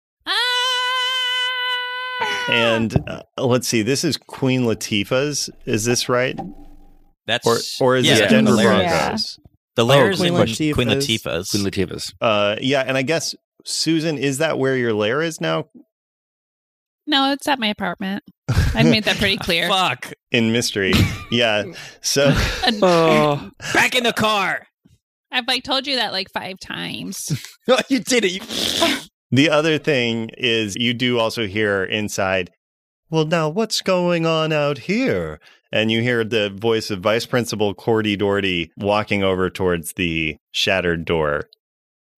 [SPEAKER 7] Ah!
[SPEAKER 1] And uh, let's see, this is Queen Latifah's. Is this right?
[SPEAKER 6] That's
[SPEAKER 1] Or or is
[SPEAKER 6] yeah,
[SPEAKER 1] it
[SPEAKER 6] the
[SPEAKER 1] Denver
[SPEAKER 6] Lair-
[SPEAKER 4] Broncos?
[SPEAKER 1] Broncos?
[SPEAKER 6] The layers
[SPEAKER 2] Queen
[SPEAKER 6] in
[SPEAKER 2] Latifah's.
[SPEAKER 6] Oh, Queen Latifah's.
[SPEAKER 3] Queen Latifah's.
[SPEAKER 1] Uh, yeah, and I guess Susan, is that where your lair is now?
[SPEAKER 7] No, it's at my apartment. I made that pretty clear.
[SPEAKER 6] Fuck!
[SPEAKER 1] In mystery, yeah. So
[SPEAKER 3] Oh.
[SPEAKER 6] Back in the car.
[SPEAKER 7] I've like told you that like five times.
[SPEAKER 6] No, you did it. You...
[SPEAKER 1] The other thing is, you do also hear inside, well, now what's going on out here? And you hear the voice of Vice Principal Cordy Doherty walking over towards the shattered door.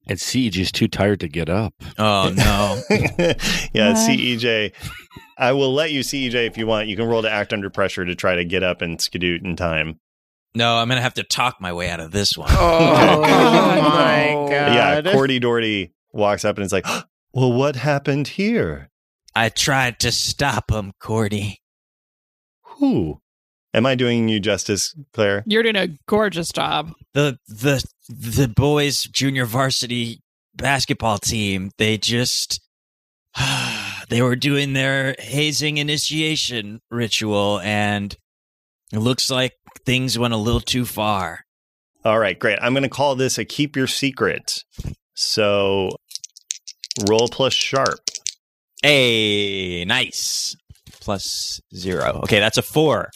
[SPEAKER 3] And Siege is too tired to get up.
[SPEAKER 6] Oh no!
[SPEAKER 1] yeah,
[SPEAKER 4] Why?
[SPEAKER 1] CEJ. I will let you, CEJ, if you want. You can roll to act under pressure to try to get up and skedoot in time.
[SPEAKER 6] No, I'm gonna have to talk my way out of this one.
[SPEAKER 2] Oh,
[SPEAKER 1] God.
[SPEAKER 2] my
[SPEAKER 1] But
[SPEAKER 2] God.
[SPEAKER 6] Uh,
[SPEAKER 1] yeah, Cordy Doherty walks up and is like, well, what happened here?
[SPEAKER 6] I tried to stop him, Cordy.
[SPEAKER 1] Who? Am I doing you justice, Claire?
[SPEAKER 7] You're doing a gorgeous job.
[SPEAKER 6] The the the boys' junior varsity basketball team. They just they were doing their hazing initiation ritual, and it looks like things went a little too far.
[SPEAKER 1] All right, great. I'm going to call this a keep your secret. So roll plus sharp.
[SPEAKER 6] Hey, nice. Plus zero. Okay, that's a four.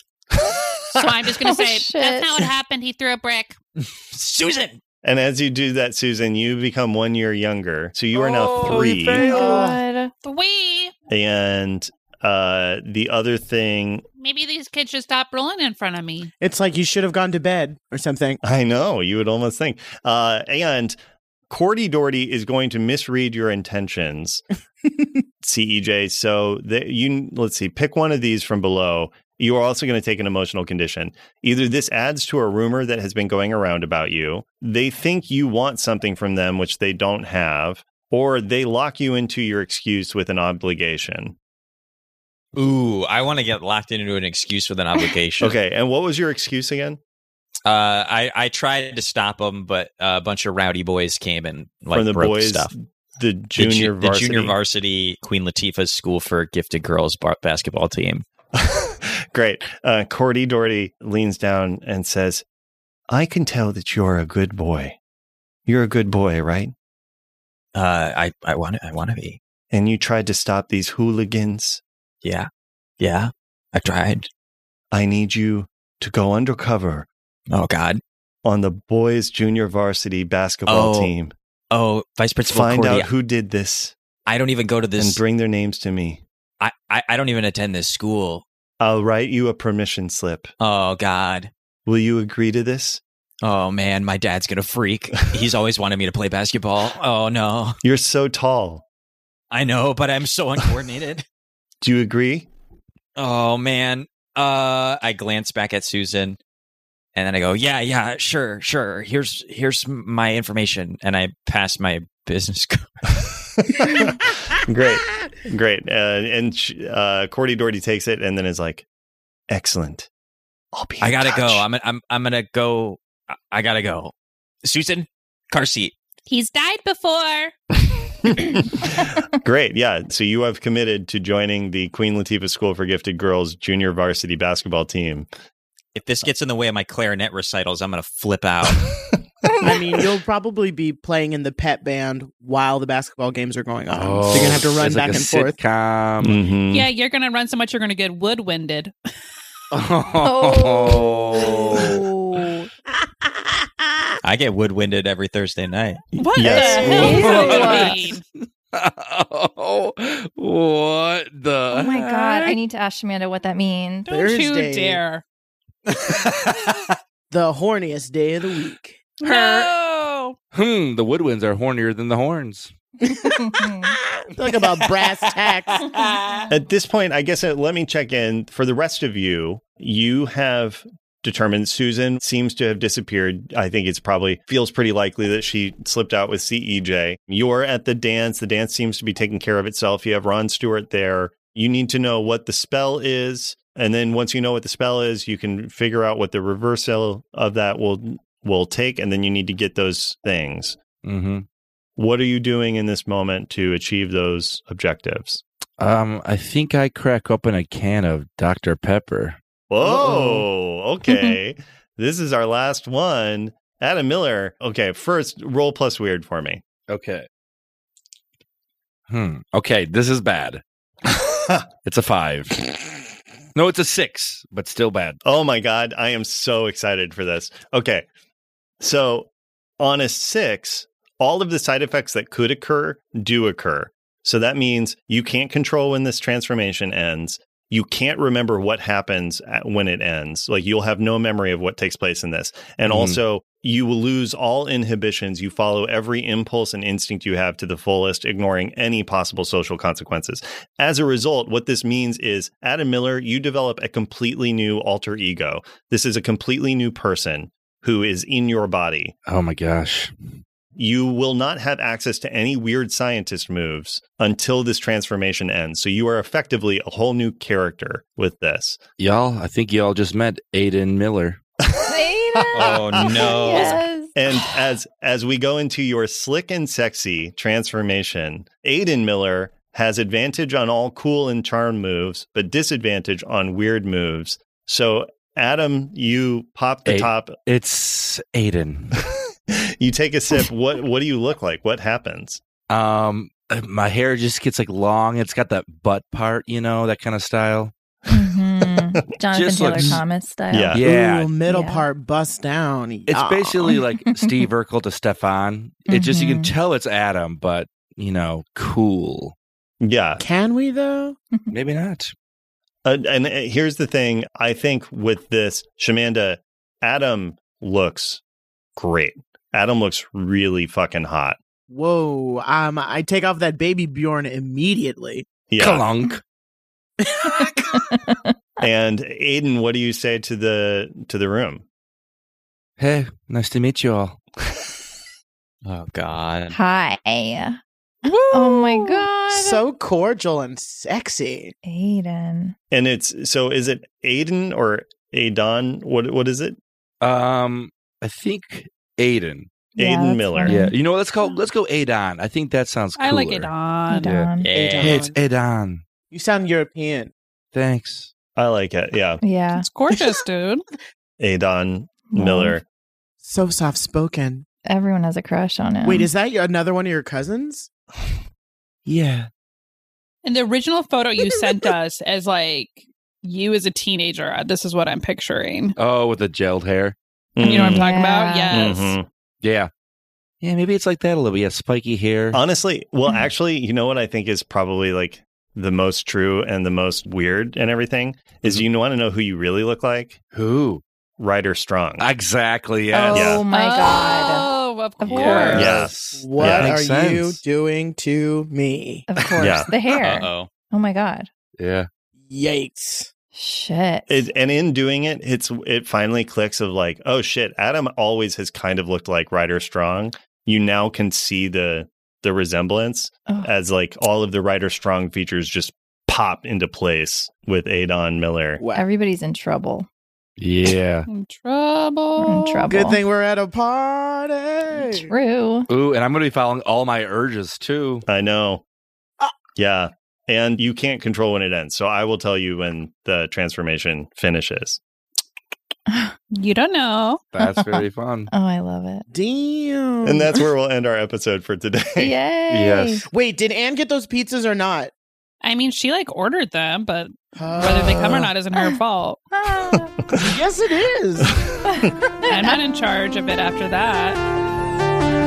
[SPEAKER 5] So I'm just going
[SPEAKER 4] Oh,
[SPEAKER 5] to say,
[SPEAKER 4] shit.
[SPEAKER 5] that's not what happened. He threw a brick.
[SPEAKER 6] Susan.
[SPEAKER 1] And as you do that, Susan, you become one year younger. So you are now
[SPEAKER 3] Oh,
[SPEAKER 1] three.
[SPEAKER 3] you failed.
[SPEAKER 4] God.
[SPEAKER 5] Three.
[SPEAKER 1] And uh, the other thing,
[SPEAKER 5] Maybe these kids should stop rolling in front of me.
[SPEAKER 2] It's like you should have gone to bed or something.
[SPEAKER 1] I know you would almost think. Uh, and Cordy Doherty is going to misread your intentions, CEJ. So that you let's see, pick one of these from below. You are also going to take an emotional condition. Either this adds to a rumor that has been going around about you, they think you want something from them which they don't have, or they lock you into your excuse with an obligation.
[SPEAKER 6] Ooh, I want to get locked into an excuse with an obligation.
[SPEAKER 1] Okay, and what was your excuse again?
[SPEAKER 6] Uh, I I tried to stop them, but uh, a bunch of rowdy boys came and like
[SPEAKER 1] From the
[SPEAKER 6] broke
[SPEAKER 1] boys,
[SPEAKER 6] stuff.
[SPEAKER 1] The
[SPEAKER 6] The ju-
[SPEAKER 1] junior
[SPEAKER 6] the,
[SPEAKER 1] varsity.
[SPEAKER 6] junior varsity Queen Latifah's school for gifted girls bar- basketball team.
[SPEAKER 1] Great. Uh, Cordy Doherty leans down and says, I can tell that you're a good boy. You're a good boy, right?
[SPEAKER 6] Uh, I I want to I want to be.
[SPEAKER 1] And you tried to stop these hooligans.
[SPEAKER 6] Yeah, yeah. I tried.
[SPEAKER 1] I need you to go undercover
[SPEAKER 6] Oh God.
[SPEAKER 1] on the boys' junior varsity basketball
[SPEAKER 6] Oh,
[SPEAKER 1] team.
[SPEAKER 6] Oh, Vice Principal
[SPEAKER 1] Find
[SPEAKER 6] Cordy,
[SPEAKER 1] out who did this,
[SPEAKER 6] I don't even go to
[SPEAKER 1] and
[SPEAKER 6] this.
[SPEAKER 1] bring their names to me.
[SPEAKER 6] I, I I don't even attend this school.
[SPEAKER 1] I'll write you a permission slip.
[SPEAKER 6] Oh God.
[SPEAKER 1] Will you agree to this?
[SPEAKER 6] Oh man, my dad's gonna freak. He's always wanted me to play basketball. Oh no,
[SPEAKER 1] You're so tall.
[SPEAKER 6] I know, but I'm so uncoordinated.
[SPEAKER 1] Do you agree?
[SPEAKER 6] oh man. Uh, I glance back at Susan, and then I go, "Yeah, yeah, sure, sure. Here's here's my information," and I pass my business card.
[SPEAKER 1] Great. Great. Uh, and sh- uh, Cordy Doherty takes it and then is like, excellent. I'll be.
[SPEAKER 6] I
[SPEAKER 1] in
[SPEAKER 6] gotta go.
[SPEAKER 1] touch."
[SPEAKER 6] I'm I'm I'm gonna go. I- I gotta go. Susan, car seat.
[SPEAKER 5] He's died before.
[SPEAKER 1] Great. Yeah. So you have committed to joining the Queen Latifah School for Gifted Girls junior varsity basketball team.
[SPEAKER 6] If this gets in the way of my clarinet recitals, I'm gonna flip out.
[SPEAKER 2] I mean, you'll probably be playing in the pet band while the basketball games are going on. so
[SPEAKER 1] Oh.
[SPEAKER 2] you're going to have to run
[SPEAKER 3] Oh, it's
[SPEAKER 2] back
[SPEAKER 3] like a
[SPEAKER 2] and forth.
[SPEAKER 3] sitcom.
[SPEAKER 1] Mhm.
[SPEAKER 7] Yeah, you're going to run so much you're going to get woodwinded.
[SPEAKER 3] Oh.
[SPEAKER 6] I get woodwinded every Thursday night.
[SPEAKER 7] What
[SPEAKER 1] Yes.
[SPEAKER 7] the hell does that
[SPEAKER 5] What?
[SPEAKER 7] mean?
[SPEAKER 3] what the?
[SPEAKER 4] Oh my God. I
[SPEAKER 3] heck?
[SPEAKER 4] need to ask Amanda what that means.
[SPEAKER 7] Don't
[SPEAKER 2] Thursday.
[SPEAKER 7] you dare.
[SPEAKER 2] The horniest day of the week.
[SPEAKER 7] No.
[SPEAKER 3] Hmm, the woodwinds are hornier than the horns.
[SPEAKER 2] Talk about brass tacks.
[SPEAKER 1] At this point, I guess uh, let me check in for the rest of you. You have determined Susan seems to have disappeared. I think it's probably feels pretty likely that she slipped out with CEJ. You're at the dance. The dance seems to be taking care of itself. You have Ron Stewart there. You need to know what the spell is. And then once you know what the spell is, you can figure out what the reversal of that will will take. And then you need to get those things.
[SPEAKER 3] Mm-hmm.
[SPEAKER 1] What are you doing in this moment to achieve those objectives?
[SPEAKER 3] Um, I think I crack open a can of Dr. Pepper.
[SPEAKER 1] Oh, okay. this is our last one. Adam Miller. Okay, first roll plus weird for me.
[SPEAKER 3] Okay. Hmm. Okay, this is bad. it's a five. No, it's a six, but still bad.
[SPEAKER 1] Oh my god, I am so excited for this. Okay. So, on a 6, all of the side effects that could occur do occur. So that means you can't control when this transformation ends. You can't remember what happens at- when it ends. Like you'll have no memory of what takes place in this. And
[SPEAKER 3] Mhm.
[SPEAKER 1] also, you will lose all inhibitions. You follow every impulse and instinct you have to the fullest, ignoring any possible social consequences. As a result, what this means is Adam Miller, you develop a completely new alter ego. This is a completely new person who is in your body
[SPEAKER 3] Oh my gosh.
[SPEAKER 1] you will not have access to any weird scientist moves until this transformation ends. So you are effectively a whole new character with this.
[SPEAKER 3] Y'all, I think y'all just met Aiden Miller.
[SPEAKER 6] Oh, no.
[SPEAKER 4] Yes.
[SPEAKER 1] And as as we go into your slick and sexy transformation, Aiden Miller has advantage on all cool and charm moves, but disadvantage on weird moves. So Adam, you pop the
[SPEAKER 3] Hey.
[SPEAKER 1] top.
[SPEAKER 3] It's Aiden.
[SPEAKER 1] You take a sip. What what do you look like? What happens?
[SPEAKER 3] um, my hair just gets like long. It's got that butt part, you know, that kind of style.
[SPEAKER 4] Mhm. Mm, Jonathan
[SPEAKER 3] Just
[SPEAKER 4] Taylor
[SPEAKER 3] looks-
[SPEAKER 4] Thomas style.
[SPEAKER 1] Yeah.
[SPEAKER 3] Yeah.
[SPEAKER 2] Ooh, middle
[SPEAKER 4] Yeah.
[SPEAKER 2] part bust down.
[SPEAKER 3] It's
[SPEAKER 2] y'all.
[SPEAKER 3] basically like Steve Urkel to Stefan. It just you can
[SPEAKER 4] Mhm.
[SPEAKER 3] tell it's Adam, but you know, cool.
[SPEAKER 1] Yeah.
[SPEAKER 2] Can we though?
[SPEAKER 3] Maybe not.
[SPEAKER 1] Uh, and uh, here's the thing I think with this, Shamanda, Adam looks great. Adam looks really fucking hot.
[SPEAKER 2] Whoa. Um, I take off that baby Bjorn immediately.
[SPEAKER 1] Yeah.
[SPEAKER 3] Kalunk.
[SPEAKER 1] and Aiden, what do you say to the to the room?
[SPEAKER 3] Hey, nice to meet you all.
[SPEAKER 6] Oh God.
[SPEAKER 4] Hi. Oh my god.
[SPEAKER 2] so cordial and sexy.
[SPEAKER 4] Aiden.
[SPEAKER 1] And it's so is it Aiden or Adon? What what is it?
[SPEAKER 3] Um, I think Aiden.
[SPEAKER 1] Aiden
[SPEAKER 4] that's
[SPEAKER 1] Miller.
[SPEAKER 4] funny.
[SPEAKER 3] Yeah, you know what? Let's call let's go Adon. I think that sounds. Cooler.
[SPEAKER 7] I like it on.
[SPEAKER 4] Adon.
[SPEAKER 6] Yeah.
[SPEAKER 3] Hey, it's Adon.
[SPEAKER 2] You sound European.
[SPEAKER 3] Thanks.
[SPEAKER 1] I like it. Yeah.
[SPEAKER 4] Yeah.
[SPEAKER 7] It's gorgeous, dude.
[SPEAKER 1] Adon Miller.
[SPEAKER 2] So soft spoken.
[SPEAKER 4] Everyone has a crush on him.
[SPEAKER 2] Wait, is that your, another one of your cousins?
[SPEAKER 3] Yeah.
[SPEAKER 7] In the original photo you sent us as like you as a teenager, uh, this is what I'm picturing.
[SPEAKER 3] Oh, with the gelled hair.
[SPEAKER 7] You know what I'm talking about?
[SPEAKER 4] Yeah.
[SPEAKER 7] Yes.
[SPEAKER 1] Mhm.
[SPEAKER 3] Yeah. Yeah, maybe it's like that a little bit. Yeah, spiky hair.
[SPEAKER 1] Honestly, well,
[SPEAKER 7] Mm-hmm.
[SPEAKER 4] Mhm.
[SPEAKER 1] actually, you know what I think is probably like the most true and the most weird and everything is
[SPEAKER 7] Mm-hmm.
[SPEAKER 1] you want to know who you really look like?
[SPEAKER 3] Who?
[SPEAKER 1] Ryder Strong.
[SPEAKER 3] Exactly.
[SPEAKER 4] Oh
[SPEAKER 3] Yes.
[SPEAKER 1] Yeah.
[SPEAKER 4] my god.
[SPEAKER 7] Oh, of
[SPEAKER 4] Of
[SPEAKER 7] course.
[SPEAKER 4] course.
[SPEAKER 1] Yes.
[SPEAKER 2] What
[SPEAKER 1] Yeah.
[SPEAKER 2] are
[SPEAKER 3] Makes sense.
[SPEAKER 2] you doing to me?
[SPEAKER 4] Of course.
[SPEAKER 1] Yeah.
[SPEAKER 4] The hair.
[SPEAKER 6] Uh-oh.
[SPEAKER 4] Oh my god.
[SPEAKER 3] Yeah.
[SPEAKER 2] Yikes.
[SPEAKER 4] Shit.
[SPEAKER 1] It, and in doing it, it's it finally clicks of like, oh shit, Adam always has kind of looked like Ryder Strong. You now can see the the resemblance
[SPEAKER 4] Oh.
[SPEAKER 1] as like all of the Ryder Strong features just pop into place with Adon Miller.
[SPEAKER 2] Wow.
[SPEAKER 4] Everybody's in trouble.
[SPEAKER 3] Yeah.
[SPEAKER 7] In trouble.
[SPEAKER 4] We're in trouble.
[SPEAKER 2] Good thing we're at a party.
[SPEAKER 4] True.
[SPEAKER 3] Ooh, and I'm going to be following all my urges too.
[SPEAKER 1] I know.
[SPEAKER 2] Ah.
[SPEAKER 1] Yeah. And you can't control when it ends. So I will tell you when the transformation finishes.
[SPEAKER 7] You don't know.
[SPEAKER 3] That's very fun.
[SPEAKER 4] Oh, I love it.
[SPEAKER 2] Damn.
[SPEAKER 1] And that's where we'll end our episode for today.
[SPEAKER 4] Yay.
[SPEAKER 3] Yes.
[SPEAKER 2] Wait, did Anne get those pizzas or not?
[SPEAKER 7] I mean, she like ordered them, but whether they come or not isn't her fault. Oh,
[SPEAKER 4] Ah.
[SPEAKER 2] Uh, Yes, it is.
[SPEAKER 7] I'm not in charge of it after that.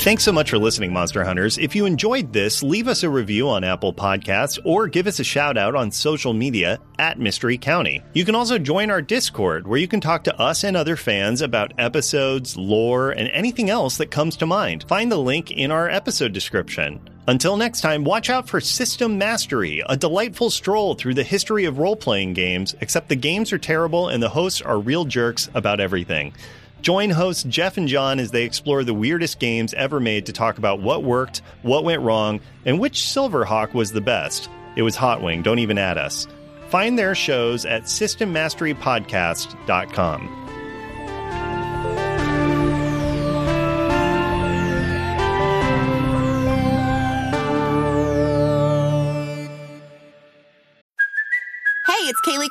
[SPEAKER 1] Thanks so much for listening, Monster Hunters. If you enjoyed this, leave us a review on Apple Podcasts or give us a shout out on social media at Mystery County. You can also join our Discord, where you can talk to us and other fans about episodes, lore, and anything else that comes to mind. Find the link in our episode description. Until next time, watch out for System Mastery, a delightful stroll through the history of role playing games, except the games are terrible and the hosts are real jerks about everything. Join hosts Jeff and John as they explore the weirdest games ever made to talk about what worked, what went wrong, and which Silverhawk was the best. It was Hot Wing, don't even at us. Find their shows at SystemMasteryPodcast.com.
[SPEAKER 8] Hey, it's Kaylee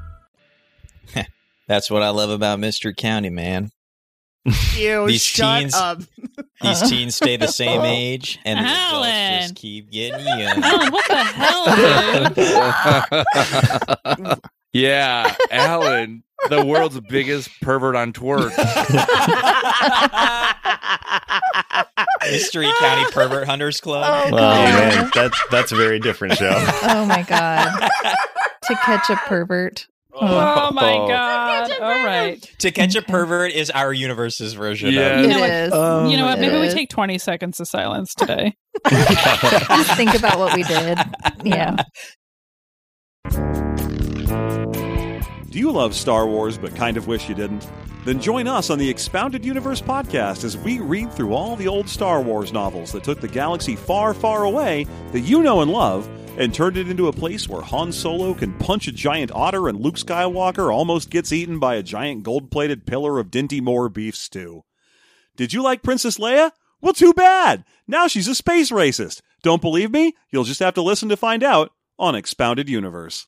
[SPEAKER 6] That's what I love about Mr. County, man.
[SPEAKER 2] You
[SPEAKER 6] These
[SPEAKER 2] shut
[SPEAKER 6] teens-
[SPEAKER 2] up.
[SPEAKER 6] These
[SPEAKER 4] Uh-huh.
[SPEAKER 6] teens stay the same age, and the adults
[SPEAKER 7] Alan.
[SPEAKER 6] just keep getting young.
[SPEAKER 7] Alan, what the hell, dude?
[SPEAKER 3] yeah, Alan, the world's biggest pervert on twerk.
[SPEAKER 6] Mystery County Pervert Hunters Club.
[SPEAKER 4] Oh,
[SPEAKER 1] Oh
[SPEAKER 4] God.
[SPEAKER 1] man, that's that's a very different show.
[SPEAKER 4] Oh my god. to catch a pervert.
[SPEAKER 7] Oh my god! All right,
[SPEAKER 6] To Catch a Pervert is our universe's version
[SPEAKER 3] Yeah.
[SPEAKER 6] of
[SPEAKER 7] You
[SPEAKER 4] It
[SPEAKER 7] know what?
[SPEAKER 4] is.
[SPEAKER 2] Oh
[SPEAKER 7] you know what?
[SPEAKER 4] my
[SPEAKER 7] Maybe we
[SPEAKER 4] God.
[SPEAKER 7] take twenty seconds of silence today.
[SPEAKER 4] Just think about what we did. Yeah.
[SPEAKER 9] Do you love Star Wars but kind of wish you didn't? Then join us on the Expounded Universe podcast as we read through all the old Star Wars novels that took the galaxy far, far away that you know and love
[SPEAKER 5] and turned it into a place where Han Solo can punch a giant otter and Luke Skywalker almost gets eaten by a giant gold plated pillar of Dinty Moore beef stew. Did you like Princess Leia? Well, too bad! Now she's a space racist! Don't believe me? You'll just have to listen to find out on Expounded Universe.